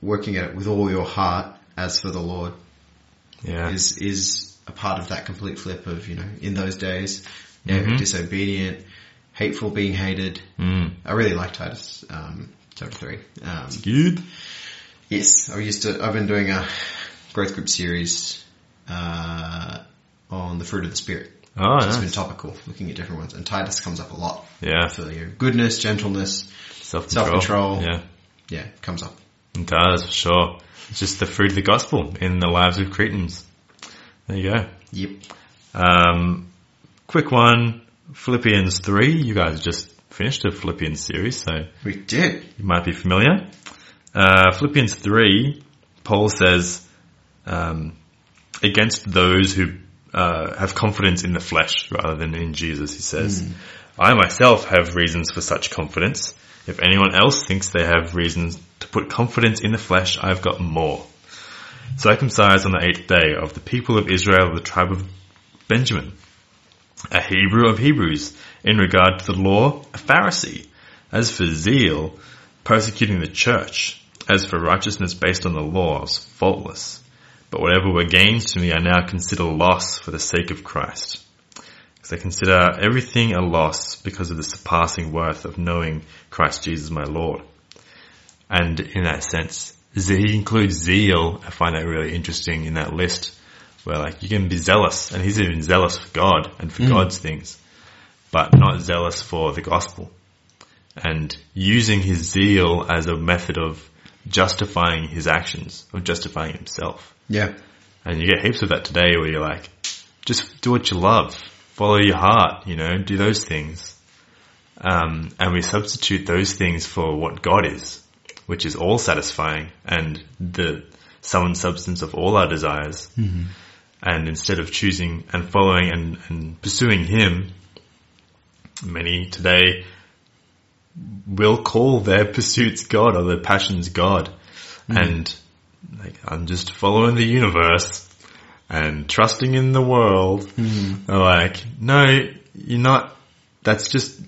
working at it with all your heart as for the Lord Yeah. is, is a part of that complete flip of, you know, in those days, yeah, Mhm. disobedient, hateful, being hated. mm. I really like Titus, um, chapter three. Um, Good. yes, I used to, I've been doing a growth group series, uh, on the fruit of the spirit. Oh It's nice. been topical, looking at different ones, and Titus comes up a lot. yeah. For your goodness, gentleness, Self self-control. control. Yeah. yeah, comes up. It does, for sure. It's just the fruit of the gospel in the lives of Cretans. There you go. Yep. Um, quick one, Philippians 3. You guys just finished a Philippians series, so We did. you might be familiar. Uh, Philippians 3, Paul says, um, against those who uh, have confidence in the flesh rather than in Jesus, he says, I myself have reasons for such confidence. If anyone else thinks they have reasons to put confidence in the flesh, I've got more. Circumcised on the eighth day of the people of Israel of the tribe of Benjamin, a Hebrew of Hebrews, in regard to the law, a Pharisee, as for zeal, persecuting the church, as for righteousness based on the law, I was faultless. But whatever were gains to me, I now consider loss for the sake of Christ. Because I consider everything a loss because of the surpassing worth of knowing Christ Jesus my Lord. And in that sense, ze- he includes zeal. I find that really interesting in that list where like you can be zealous, and he's even zealous for God and for God's things, but not zealous for the gospel. And using his zeal as a method of justifying his actions, of justifying himself. Yeah. And you get heaps of that today where you're like, just do what you love, follow your heart, you know, do those things. Um, and we substitute those things for what God is, which is all satisfying and the sum and substance of all our desires. And instead of choosing and following and, and pursuing Him, many today will call their pursuits God or their passions God. And like I'm just following the universe and trusting in the world. Mm-hmm. They're Like, no, you're not. That's just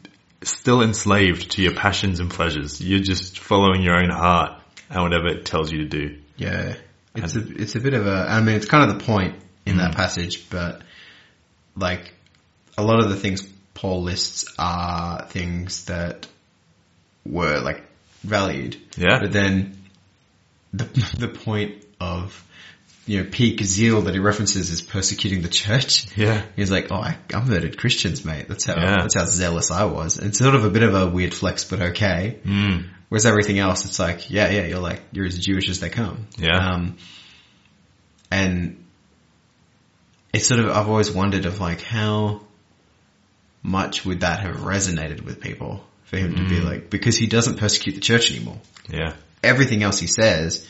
still enslaved to your passions and pleasures. You're just following your own heart and whatever it tells you to do. Yeah, it's a it's a bit of a. I mean, it's kind of the point in that Mm. passage, but like a lot of the things Paul lists are things that were like valued, Yeah. but then the the point of you know peak zeal that he references is persecuting the church. Yeah. He's like, oh, I, I murdered Christians, mate. That's how Yeah. that's how zealous I was. It's sort of a bit of a weird flex, but okay. Mm. Whereas everything else, it's like, yeah, yeah, you're like, you're as Jewish as they come. Yeah. Um, and it's sort of, I've always wondered of like how much would that have resonated with people for him to be like, because he doesn't persecute the church anymore. Yeah. Everything else he says,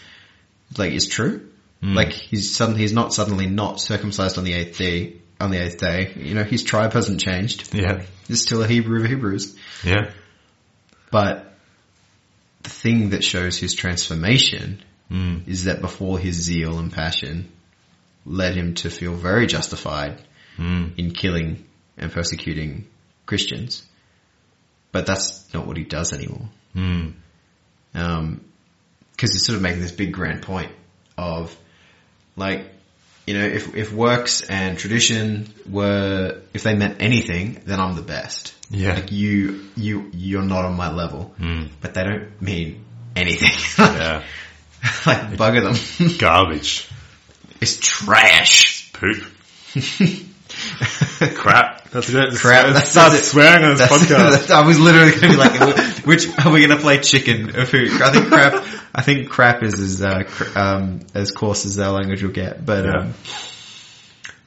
like, is true. Mm. Like he's suddenly, he's not suddenly not circumcised on the eighth day, on the eighth day. You know, his tribe hasn't changed. Yeah. He's still a Hebrew of Hebrews. Yeah. But the thing that shows his transformation Mm. is that before his zeal and passion led him to feel very justified Mm. in killing and persecuting Christians. But that's not what he does anymore. Mm. Because he's sort of making this big grand point of, like, you know, if, if works and tradition were, if they meant anything, then I'm the best. Yeah. Like you, you, you're not on my level. Mm. But they don't mean anything. Yeah. like bugger them. Garbage. it's trash. Poop. Crap. That's it. Crap, that Start sounds it. swearing on this That's, podcast. that's- I was literally going to be like, which are we going to play chicken or food? I think crap. I think crap is as uh, cr- um, as coarse as our language will get. But yeah. Um,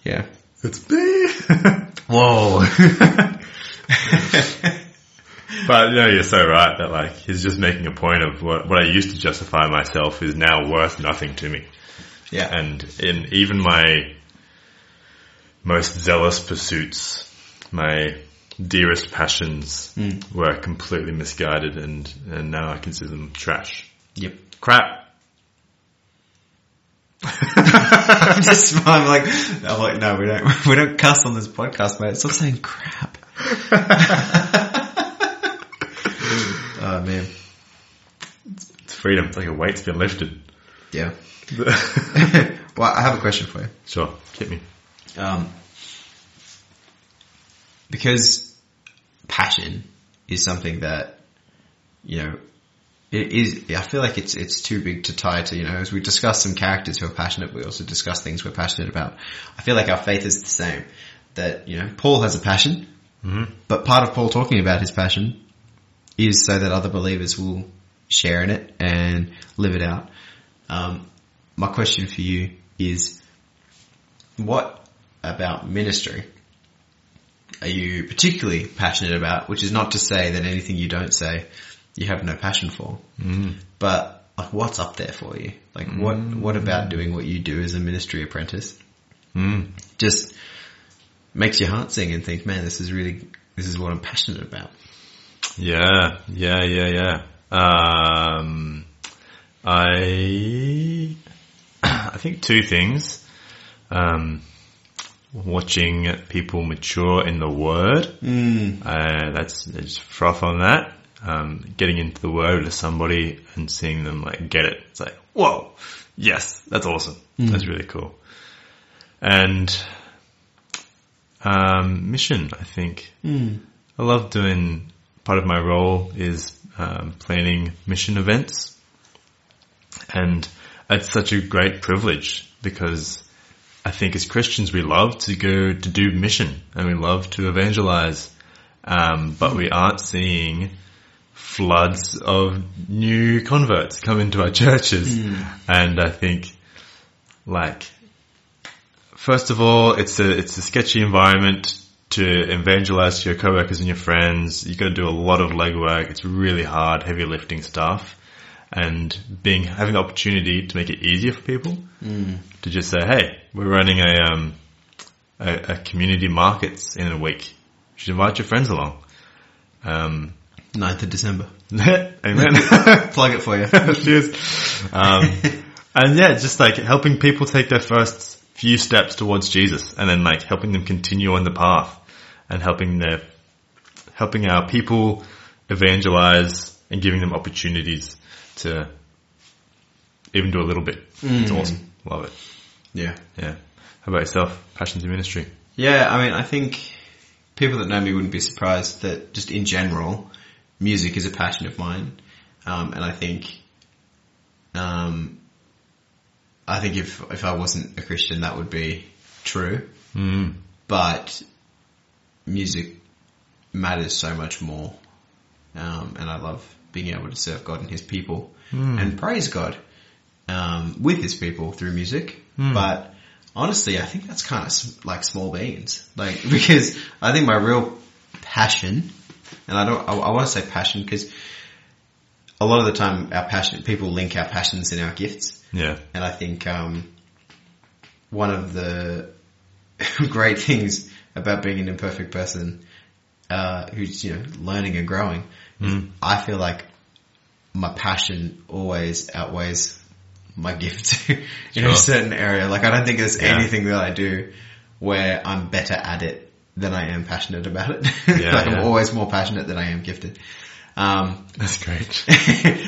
yeah. It's me. Whoa. But no, you're so right that like he's just making a point of what what I used to justify myself is now worth nothing to me, yeah. and in even my most zealous pursuits, my dearest passions were completely misguided, and and now I consider them trash, Yep. crap. I'm just I'm like I'm like no we don't we don't cuss on this podcast mate. Stop saying crap. oh man. It's freedom. It's like a weight's been lifted. Yeah. well, I have a question for you. sure, hit me. Um, because passion is something that, you know, it is, I feel like it's, it's too big to tie to, you know, as we discuss some characters who are passionate, we also discuss things we're passionate about. I feel like our faith is the same. That, you know, Paul has a passion, but part of Paul talking about his passion is so that other believers will share in it and live it out. Um, my question for you is, what about ministry are you particularly passionate about? Which is not to say that anything you don't say you have no passion for, mm. Mm-hmm. but like what's up there for you? Like what what about doing what you do as a ministry apprentice? Mm. Just makes your heart sing and think, man, this is really this is what I'm passionate about. Yeah, yeah, yeah, yeah. Um, I I think two things. Um, watching people mature in the Word. Mm. Uh, that's I just froth on that. Um, getting into the Word with somebody and seeing them like get it. It's like whoa, yes, that's awesome. That's really cool. And um, mission, I think. Mm. I love doing part of my role is um, planning mission events, and it's such a great privilege because I think as Christians, we love to go to do mission and we love to evangelize. Um, but we aren't seeing floods of new converts come into our churches. And I think like, first of all, it's a, it's a sketchy environment to evangelize to your coworkers and your friends. You gotta do a lot of legwork. It's really hard, heavy lifting stuff. And being, having the opportunity to make it easier for people to just say, hey, we're running a, um, a, a community markets in a week. You should invite your friends along. Um, 9th of December. amen. Plug it for you. Cheers. Um, and yeah, just like helping people take their first few steps towards Jesus and then like helping them continue on the path and helping their, helping our people evangelize and giving them opportunities to even do a little bit. It's Mm-hmm. awesome. Love it. Mm. Yeah. Yeah. How about yourself? Passion to ministry. Yeah, I mean, I think people that know me wouldn't be surprised that just in general, music is a passion of mine. Um, and I think, um, I think if, if I wasn't a Christian, that would be true. Mm. But music matters so much more. Um, and I love being able to serve God and His people and praise God um, with His people through music. But honestly, I think that's kind of like small beans. Like, because I think my real passion, and I don't, I, I want to say passion because a lot of the time our passion, people link our passions and our gifts. Yeah. And I think um, one of the great things about being an imperfect person uh, who's you know learning and growing, is Mm. I feel like my passion always outweighs my gift in a Sure. certain area. Like I don't think there's Yeah. anything that I do where I'm better at it than I am passionate about it. Yeah, like yeah. I'm always more passionate than I am gifted. Um, That's great.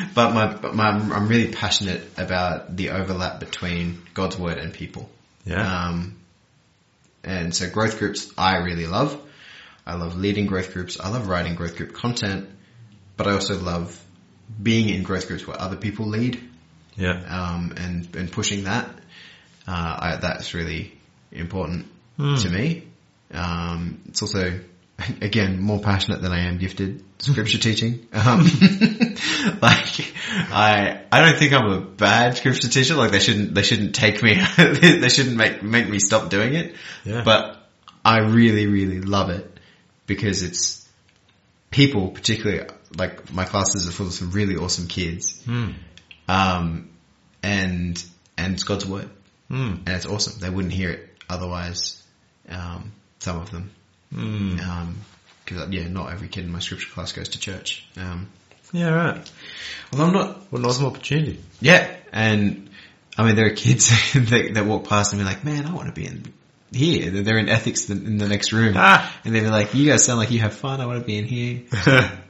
but my, but my, I'm really passionate about the overlap between God's word and people. Yeah. Um, and so growth groups, I really love. I love leading growth groups. I love writing growth group content, but I also love being in growth groups where other people lead, Yeah. um, and, and pushing that. Uh, I, that's really important to me. Um, it's also, again, more passionate than I am gifted scripture teaching. Um, like, I, I don't think I'm a bad scripture teacher. Like, they shouldn't, they shouldn't take me, they shouldn't make, make me stop doing it. Yeah. But I really, really love it because it's people, particularly, like, my classes are full of some really awesome kids. Mm. Um, and, and it's God's word Mm. and it's awesome. They wouldn't hear it otherwise. Um, some of them, Mm. Um 'cause because yeah, not every kid in my scripture class goes to church. Um, Yeah. Right. although I'm not, What an awesome opportunity. yeah, and I mean there are kids that, that walk past and be like, "Man, I want to be in here." They're- They're in ethics in in the next room, Ah. and they're like, "You guys sound like you have fun. I want to be in here."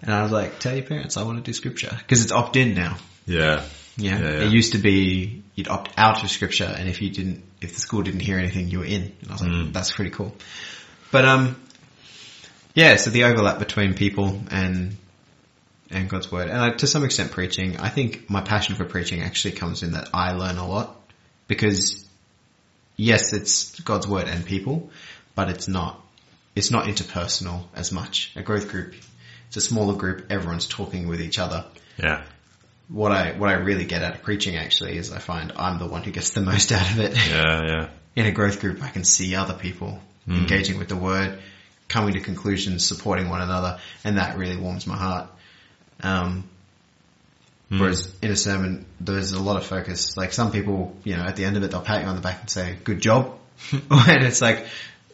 And I was like, "Tell your parents I want to do scripture because it's opt in now." yeah. Yeah? Yeah, yeah. it used to be you'd opt out of scripture, and if you didn't, if the school didn't hear anything, you were in. And I was like, Mm. that's pretty cool. But um, yeah, so the overlap between people and and God's word, and I, to some extent, preaching. I think my passion for preaching actually comes in that I learn a lot because yes, it's God's word and people, but it's not it's not interpersonal as much. A growth group, it's a smaller group. Everyone's talking with each other Yeah. what I what I really get out of preaching actually is I find I'm the one who gets the most out of it. Yeah. Yeah. In a growth group, I can see other people Mm. engaging with the word, coming to conclusions, supporting one another, and that really warms my heart. Um, Mm-hmm. Mm. Whereas in a sermon, there's a lot of focus. Like some people, you know, at the end of it, they'll pat you on the back and say, "Good job," and it's like,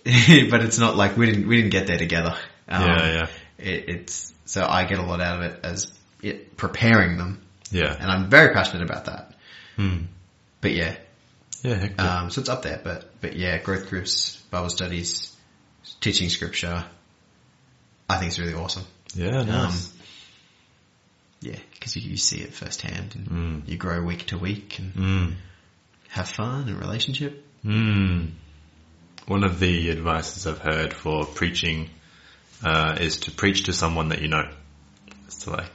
but it's not like we didn't we didn't get there together. Um, Yeah, yeah. It, it's so I get a lot out of it as it preparing them Yeah. and I'm very passionate about that. Hmm. But yeah, Yeah. Heck yeah. um, so it's up there. But but yeah, growth groups, Bible studies, teaching scripture. I think it's really awesome. Um, yeah. Nice. Yeah, because you, you see it firsthand, and Mm. you grow week to week, and Mm. have fun and relationship. Mm. One of the advices I've heard for preaching uh, is to preach to someone that you know. It's to like,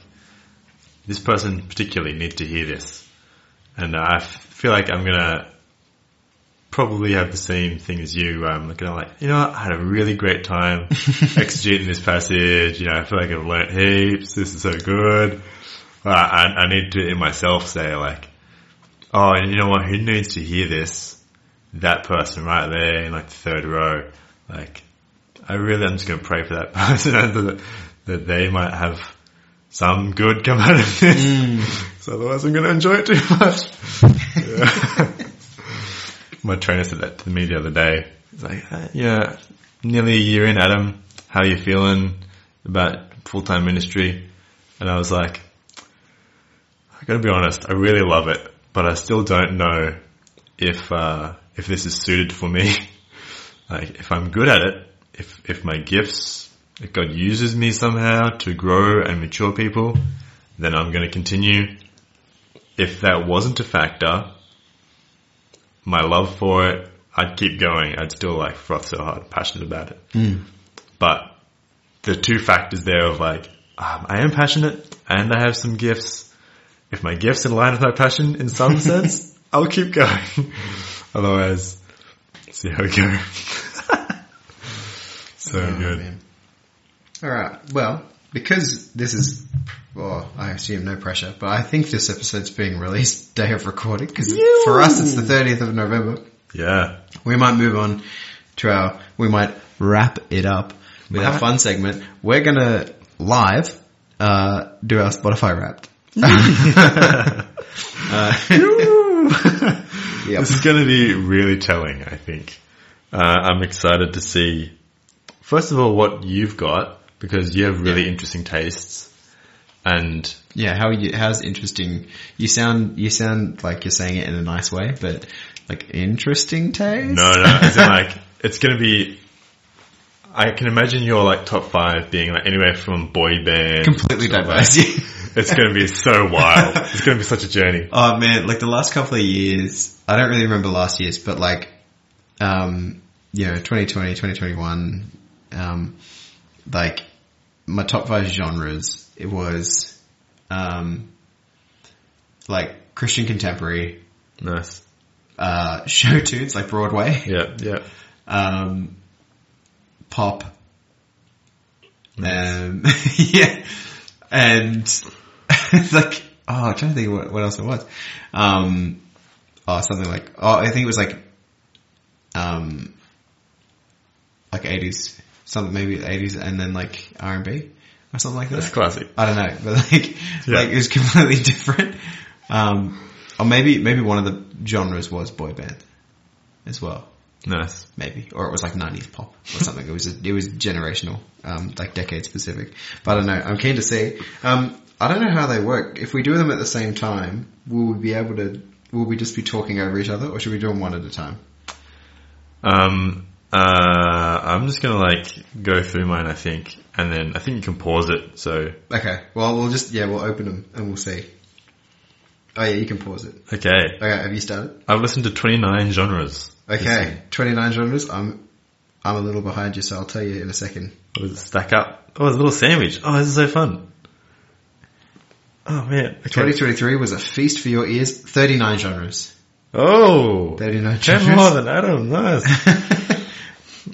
this person particularly needs to hear this. And I f- feel like I'm going to probably have the same thing as you. I'm looking at like, you know, what? I had a really great time exegeting this passage. You know, I feel like I've learnt heaps. This is so good. Uh, I, I need to in myself say like, oh, and you know what? Who needs to hear this? That person right there in like the third row. Like, I really, I'm just going to pray for that person that, that they might have some good come out of this. So otherwise I'm going to enjoy it too much. Yeah. My trainer said that to me the other day. He's like, "Uh, yeah, nearly a year in, Adam. How you feeling about full-time ministry? And I was like, I gotta be honest, I really love it, but I still don't know if, uh, if this is suited for me. like, if I'm good at it, if, if my gifts, if God uses me somehow to grow and mature people, then I'm gonna continue. If that wasn't a factor, my love for it, I'd keep going. I'd still like froth so hard, passionate about it. But the two factors there of like, um, I am passionate and I have some gifts. If my gifts align with my passion in some sense, I'll keep going. Otherwise, see how we go. so Oh, good. man. All right. Well, because this is, well, I assume no pressure, but I think this episode's being released day of recording because for us it's the 30th of November. Yeah. We might move on to our, we might wrap it up with our Might. fun segment. We're going to live, uh, do our Spotify wrapped. uh, Yep. This is going to be really telling, I think. Uh, I'm excited to see, first of all, what you've got because you have really interesting tastes and yeah, how you, how's interesting? You sound, you sound like you're saying it in a nice way, but like interesting taste? No, no. It's like it's gonna be. I can imagine your like top five being like anywhere from boy band. completely diverse. It's gonna be so wild. It's gonna be such a journey. oh man, like the last couple of years, I don't really remember last year's, but like, um, you know, 2020, 2021, um, like my top five genres, it was, um, like Christian contemporary, Nice. uh, show tunes like Broadway, Yeah, yeah. um, pop, um, yeah, and like oh, I'm trying to think what, what else it was. Um, oh, something like oh, I think it was like um, like eighties, something maybe eighties, and then like R and B or something like That's that. classic. I don't know, but like Yeah. like it was completely different. Um, or maybe maybe one of the genres was boy band as well Nice. maybe, or it was like nineties pop or something. It was it was generational, um, like decade specific. But I don't know. I'm keen to see. Um, I don't know how they work. If we do them at the same time, will we be able to? Will we just be talking over each other, or should we do them one at a time? Um, uh, I'm just gonna like go through mine, I think, and then I think you can pause it. So Okay. Well, we'll just yeah, we'll open them and we'll see. Oh yeah, you can pause it. okay, Okay, have you started? I've listened to 29 genres. Okay, twenty nine genres. I'm I'm a little behind you, so I'll tell you in a second. What does it stack up? Oh, it's a little sandwich. Oh, this is so fun. Oh man. Okay. Twenty twenty three was a feast for your ears. Thirty nine genres. Oh. Thirty nine Ten more genres. than Adam. Nice.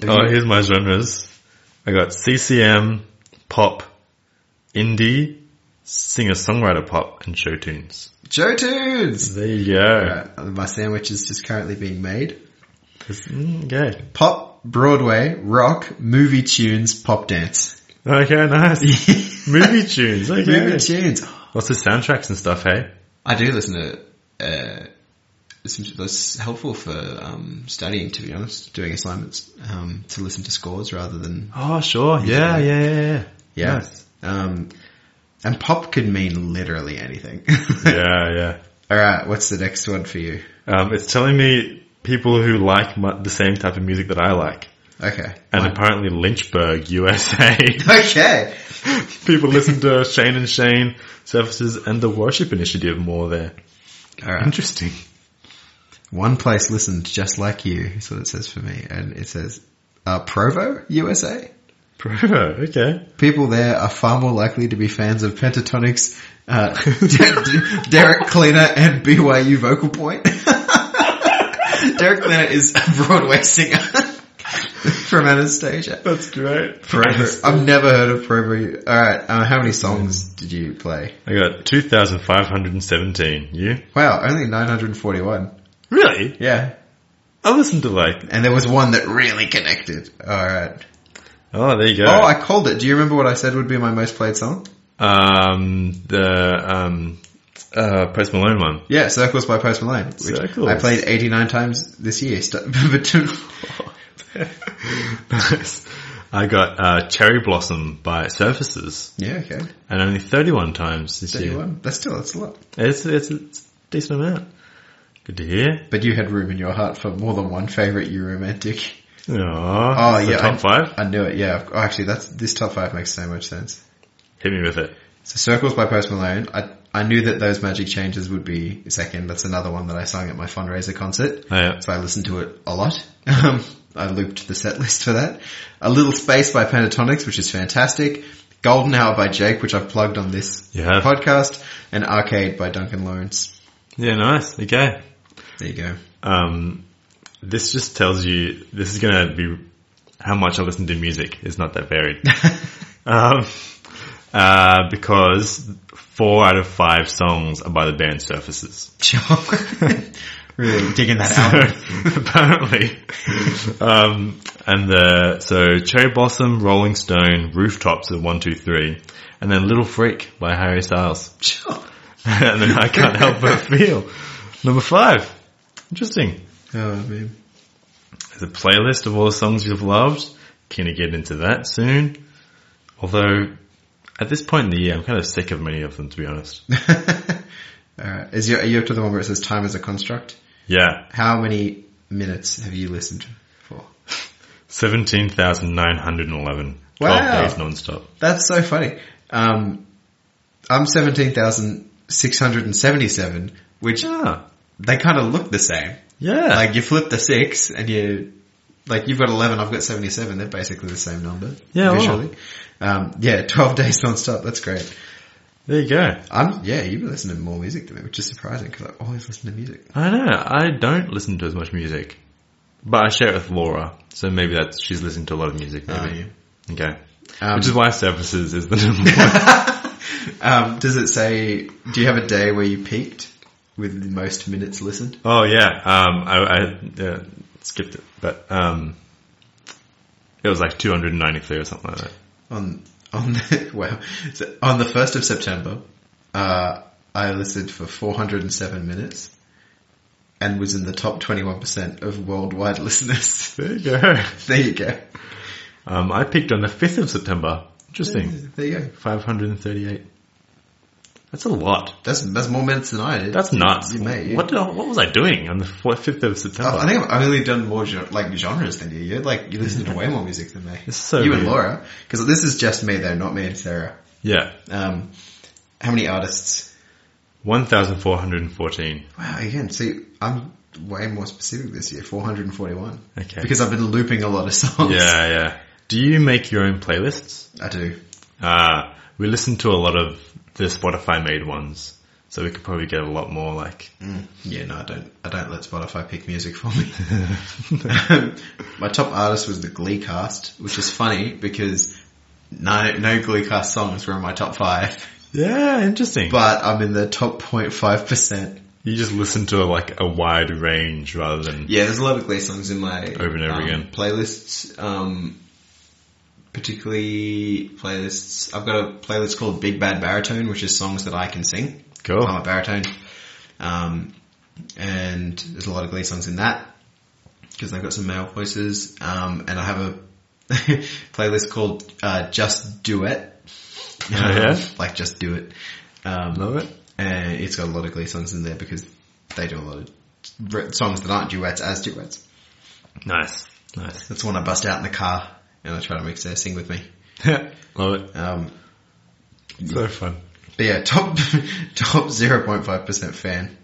Have Oh, you- here's my genres. I got CCM, pop, indie, singer songwriter pop, and show tunes. Joe Tunes. There you go. Uh, my sandwich is just currently being made. This- mm, Okay. Pop, Broadway, rock, movie tunes, pop dance. Okay, nice. Movie tunes. Movie Okay. tunes. Lots of soundtracks and stuff, hey? I do listen to. Uh, it's, it's helpful for um, studying, to be honest, doing assignments um, to listen to scores rather than Oh, sure. Yeah, yeah, yeah, yeah. yeah. Nice. Um, and pop could mean literally anything. Yeah, yeah. All right, what's the next one for you? Um, it's telling me people who like mu- the same type of music that I like. Okay. And Mine. apparently Lynchburg, USA. Okay. people listen to Shane and Shane, Surfaces, and the Worship Initiative more there. All right. Interesting. One place listened just like you is what it says for me, and it says uh, Provo, USA. Provo, okay. people there are far more likely to be fans of Pentatonix, uh, Derek Cleaner, and BYU Vocal Point. Derek Leonard is a Broadway singer from Anastasia. That's great. I've never heard of Provo. All right, uh, how many songs did you play? I got 2,517. You? Wow, only 941. Really? Yeah, I listened to like, and there was one that really connected. All right. oh, there you go. Oh, I called it. Do you remember what I said would be my most played song? um, the, um, uh, Post Malone one. Yeah, Circles by Post Malone. Which Circles. I played 89 times this year. St- um, between- Nice. I got, uh, Cherry Blossom by Surfaces yeah, okay. and only 31 times this year. 31. That's still, that's a lot. It's, it's, it's a decent amount. Good to hear. But you had room in your heart for more than one favorite, you romantic. Aww, Oh, oh, yeah, Top I- five? I knew it, yeah. Oh, actually, that's, this top five makes so much sense. Hit me with it. So Circles by Post Malone. I, I knew that those magic changes would be second. That's another one that I sung at my fundraiser concert. Oh, yeah. So I listened to it a lot. Um, I looped the set list for that. A Little Space by Pentatonics, which is fantastic. Golden Hour by Jake, which I've plugged on this You have? podcast. And Arcade by Duncan Lawrence. Yeah, nice. Okay. There you go. um, this just tells you this is going to be how much I listen to music. It's not that varied. um, uh, because four out of five songs are by the band Surfaces. Sure. really digging that out. apparently. um, and the, so Cherry Blossom, Rolling Stone, Rooftops are one, two, three. And then Little Freak by Harry Styles. Sure. and then I Can't Help But Feel. Number five. Interesting. Oh, man. There's a playlist of all the songs you've loved. Gonna get into that soon. Although, at this point in the year, I'm kind of sick of many of them, to be honest. Alright. Is your, are you up to the one where it says time as a construct? Yeah, How many minutes have you listened for? 17,911. 12 Wow. days non-stop. That's so funny. Um, I'm 17,677, which Yeah. they kind of look the same. Ah, Yeah. Like you flip the six and you, like you've got 11, I've got 77, they're basically the same number. Yeah, wow. Visually. Um, yeah, 12 days non-stop, that's great. there you go. I'm, yeah, you've been listening to more music than me, which is surprising because I always listen to music. I know, I don't listen to as much music. But I share it with Laura, so maybe that's, she's listening to a lot of music, maybe. Okay. Ah, Um, Which is why Surfaces is the number one. um, does it say, do you have a day where you peaked with the most minutes listened? Oh yeah, um, I, I uh, skipped it, but um, it was like 293 or something like that. on on the, well so on the first of September, uh, I listened for 407 minutes and was in the top 21 percent of worldwide listeners. There you go. there you go. Um, I peaked on the 5th of September. Interesting. There you go. 538. That's a lot. That's that's more minutes than I did. That's nuts. You may, yeah. Oh. What did I, what was I doing on the 4th, 5th of I September? I think I've only done more gen- like genres than you. You like you listened to way more music than me. It's so you and weird. Laura, because this is just me though, not me and Sarah. yeah, Um, how many artists? 1,414. Wow, again, see, I'm way more specific this year. 441. Okay. because I've been looping a lot of songs. yeah, yeah. Do you make your own playlists? I do. Uh, we listen to a lot of the Spotify made ones, so we could probably get a lot more like Yeah, no, I don't. I don't let Spotify pick music for me. Um, My top artist was the Glee cast, which is funny because no, no Glee cast songs were in my top five, Yeah, interesting. But but I'm in the top 0.5 percent. you just listen to like a wide range rather than Yeah, there's a lot of Glee songs in my Over and over um, again. playlists. Um, particularly playlists. I've got a playlist called Big Bad Baritone, which is songs that I can sing. cool. Oh, I'm a baritone. Um, and there's a lot of Glee songs in that because they've got some male voices. Um, and I have a playlist called uh, Just Do It. yeah? like Just Do It. Um, Love it. And it's got a lot of Glee songs in there because they do a lot of r- songs that aren't duets as duets. Nice, nice. That's the one I bust out in the car and I try to make Sarah sing with me. Love it. Um, So fun. But yeah, top top zero point five percent fan,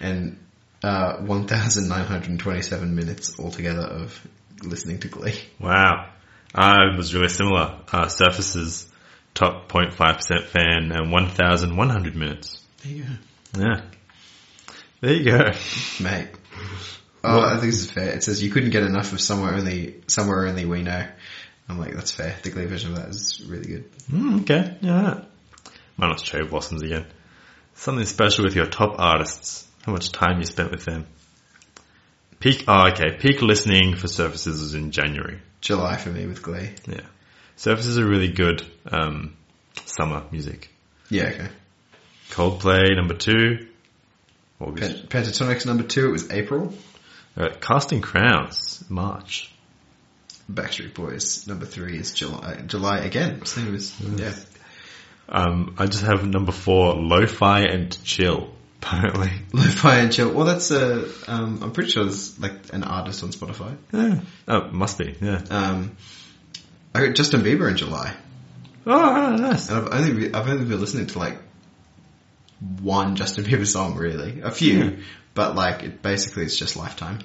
and uh, one thousand nine hundred twenty seven minutes altogether of listening to Glee. Wow. I was really similar. Uh, Surfaces top 0.5% fan and 1,100 minutes. There you Yeah. There you go. go, mate. Oh, I think this is fair. It says you couldn't get enough of somewhere only somewhere only we know. I'm like, that's fair. The Glee version of that is really good. Mm, okay, yeah. alright. Why not cherry blossoms again? Something special with your top artists. How much time you spent with them? Peak. Oh, okay. Peak listening for services was in January. July for me with Glee. Yeah, services are really good um, summer music. Yeah, okay. Coldplay number two. August. Pent- Pentatonix number two, it was April. Uh, Casting Crowns, March. Backstreet Boys number three is July. July again. Same as yeah. Um, I just have number four, Lo-Fi and Chill, apparently. Lo-fi and chill. Well, that's a. Um, I'm pretty sure there's like an artist on Spotify. Yeah. Oh, must be, yeah. Um, I got Justin Bieber in July, Oh, nice. and I've only be- I've only been listening to like one Justin Bieber song really, a few, Yeah. but like it basically it's just Lifetime,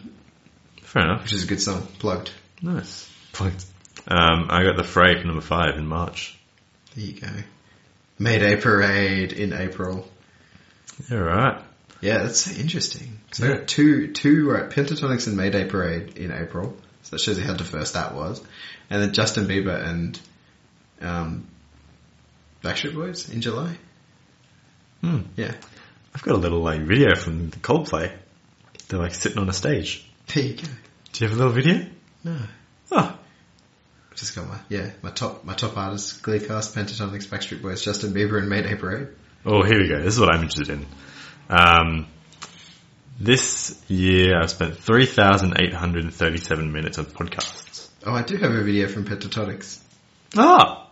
Fair enough. which is a good song. Plugged. Nice. Plugged. Um, I got The Fray for number five in March. There you go. Mayday Parade in April. Yeah, right. Yeah, that's interesting. So Yeah. two two were at Pentatonics and Mayday Parade in April. So that shows you how diverse that was. And then Justin Bieber and um, Backstreet Boys in July. Hmm. Yeah. I've got a little like video from the Coldplay. They're like sitting on a stage. There you go. Do you have a little video? No. Oh, Just got my yeah, my top my top artists, Glee cast, Pentatonics, Backstreet Boys, Justin Bieber and Mayday Parade. oh, here we go. This is what I'm interested in. Um, this year I've spent 3,837 minutes on podcasts. Oh, I do have a video from Pentatonics. Ah,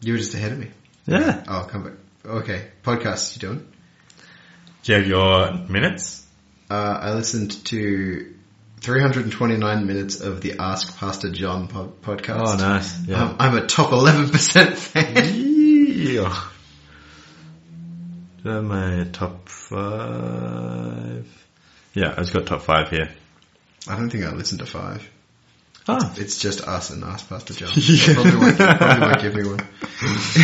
You were just ahead of me. yeah. Oh, come back. Okay. Podcasts you doing? Do you have your minutes? Uh, I listened to 329 minutes of the Ask Pastor John po- podcast. Oh, nice. Um, I'm a top 11% Mm-hmm. fan. Yeah. Is that my top five? Yeah, I've just got top five here. I don't think I listened to five. Ah, It's just us and Ask Pastor John. Yeah. Probably, won't, probably won't give me one.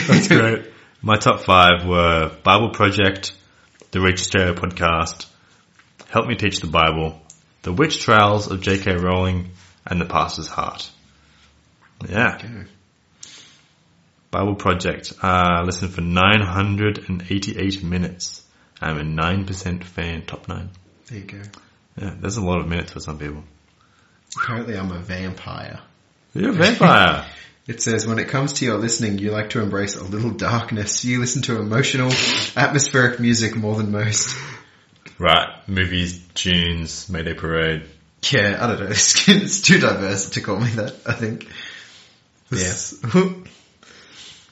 that's great. My top five were Bible Project, the Reach Australia podcast, Help Me Teach the Bible, The Witch Trials of J.K. Rowling, and The Pastor's Heart. Yeah, Okay. Bible Project. Uh, listen for 988 minutes. I'm a 9% fan, top nine. There you go. Yeah, that's a lot of minutes for some people. Apparently I'm a vampire. You're a vampire. It says, when it comes to your listening, you like to embrace a little darkness. You listen to emotional, atmospheric music more than most. right. Movies, tunes, Mayday Parade. Yeah, I don't know. It's, it's too diverse to call me that, I think. Yeah.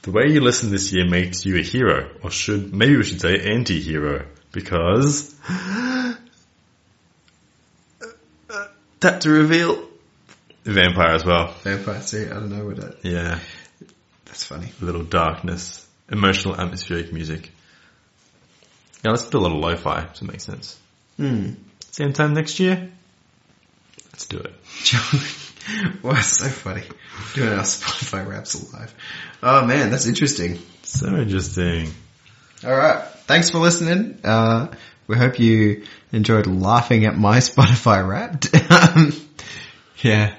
the way you listen this year makes you a hero, or should maybe we should say anti-hero, because that's a reveal. Vampire as well. Vampire, see, I don't know what that, Yeah, that's funny. a little darkness, emotional, atmospheric music. Yeah, let's do a lot of lo-fi. So it makes sense. Hmm. Same time next year. Let's do it. John, wow, so funny. Doing our Spotify raps alive. Oh man, that's interesting. So interesting. Alright, thanks for listening. Uh, we hope you enjoyed laughing at my Spotify rap. um, yeah.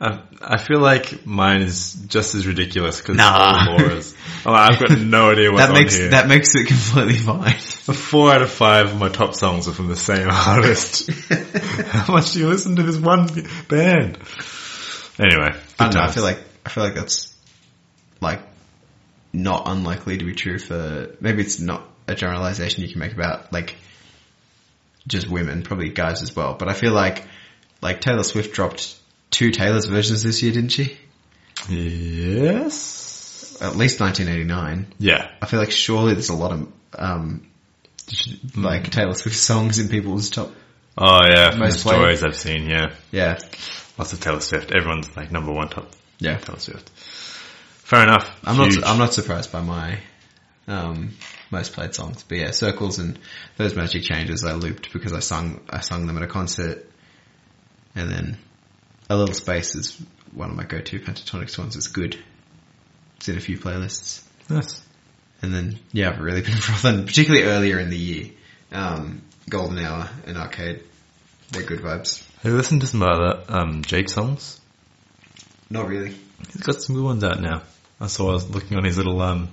I, I feel like mine is just as ridiculous because Nah. Laura's. Oh, I've got no idea what's That makes, on here. that makes it completely fine. Four out of five of my top songs are from the same artist. How much do you listen to this one band? Anyway, I good don't know, I times. feel like, I feel like that's, like, not unlikely to be true for, maybe it's not a generalization you can make about, like, just women, probably guys as well, but I feel like, like Taylor Swift dropped two Taylor's versions this year, didn't she? yes, At least 1989. yeah, I feel like surely there's a lot of, um, like Taylor Swift songs in people's top. oh yeah, from the Most played. stories I've seen, yeah, Yeah. lots of Taylor Swift. Everyone's like number one top Yeah. Taylor Swift. Fair enough. I'm Huge. not, I'm not surprised by my, um, most played songs, but yeah, circles and those magic changes I looped because I sung, I sung them at a concert and then a little space is one of my go-to pentatonics ones. It's good. It's in a few playlists. Yes. And then, yeah, I've really been frothing, particularly earlier in the year. Um, Golden Hour and Arcade They're good vibes. Have you listened to some other um, Jake songs? Not really. He's got some good ones out now. I saw I was looking on his little um,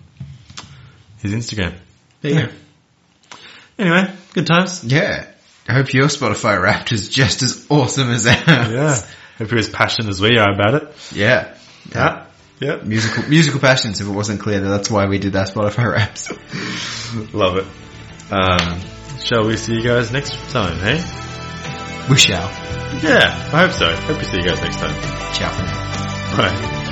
his Instagram. There you go. Anyway, good times. Yeah. I hope your Spotify Wrapped is just as awesome as ours. Hope you're as passionate as we are about it. Yeah. Yeah. Yep. Musical musical passions. If it wasn't clear, that's why we did our Spotify Wraps. Love it. Um, shall we see you guys next time, hey? we shall. Yeah, I hope so. Hope we see you guys next time. Ciao for now. Bye.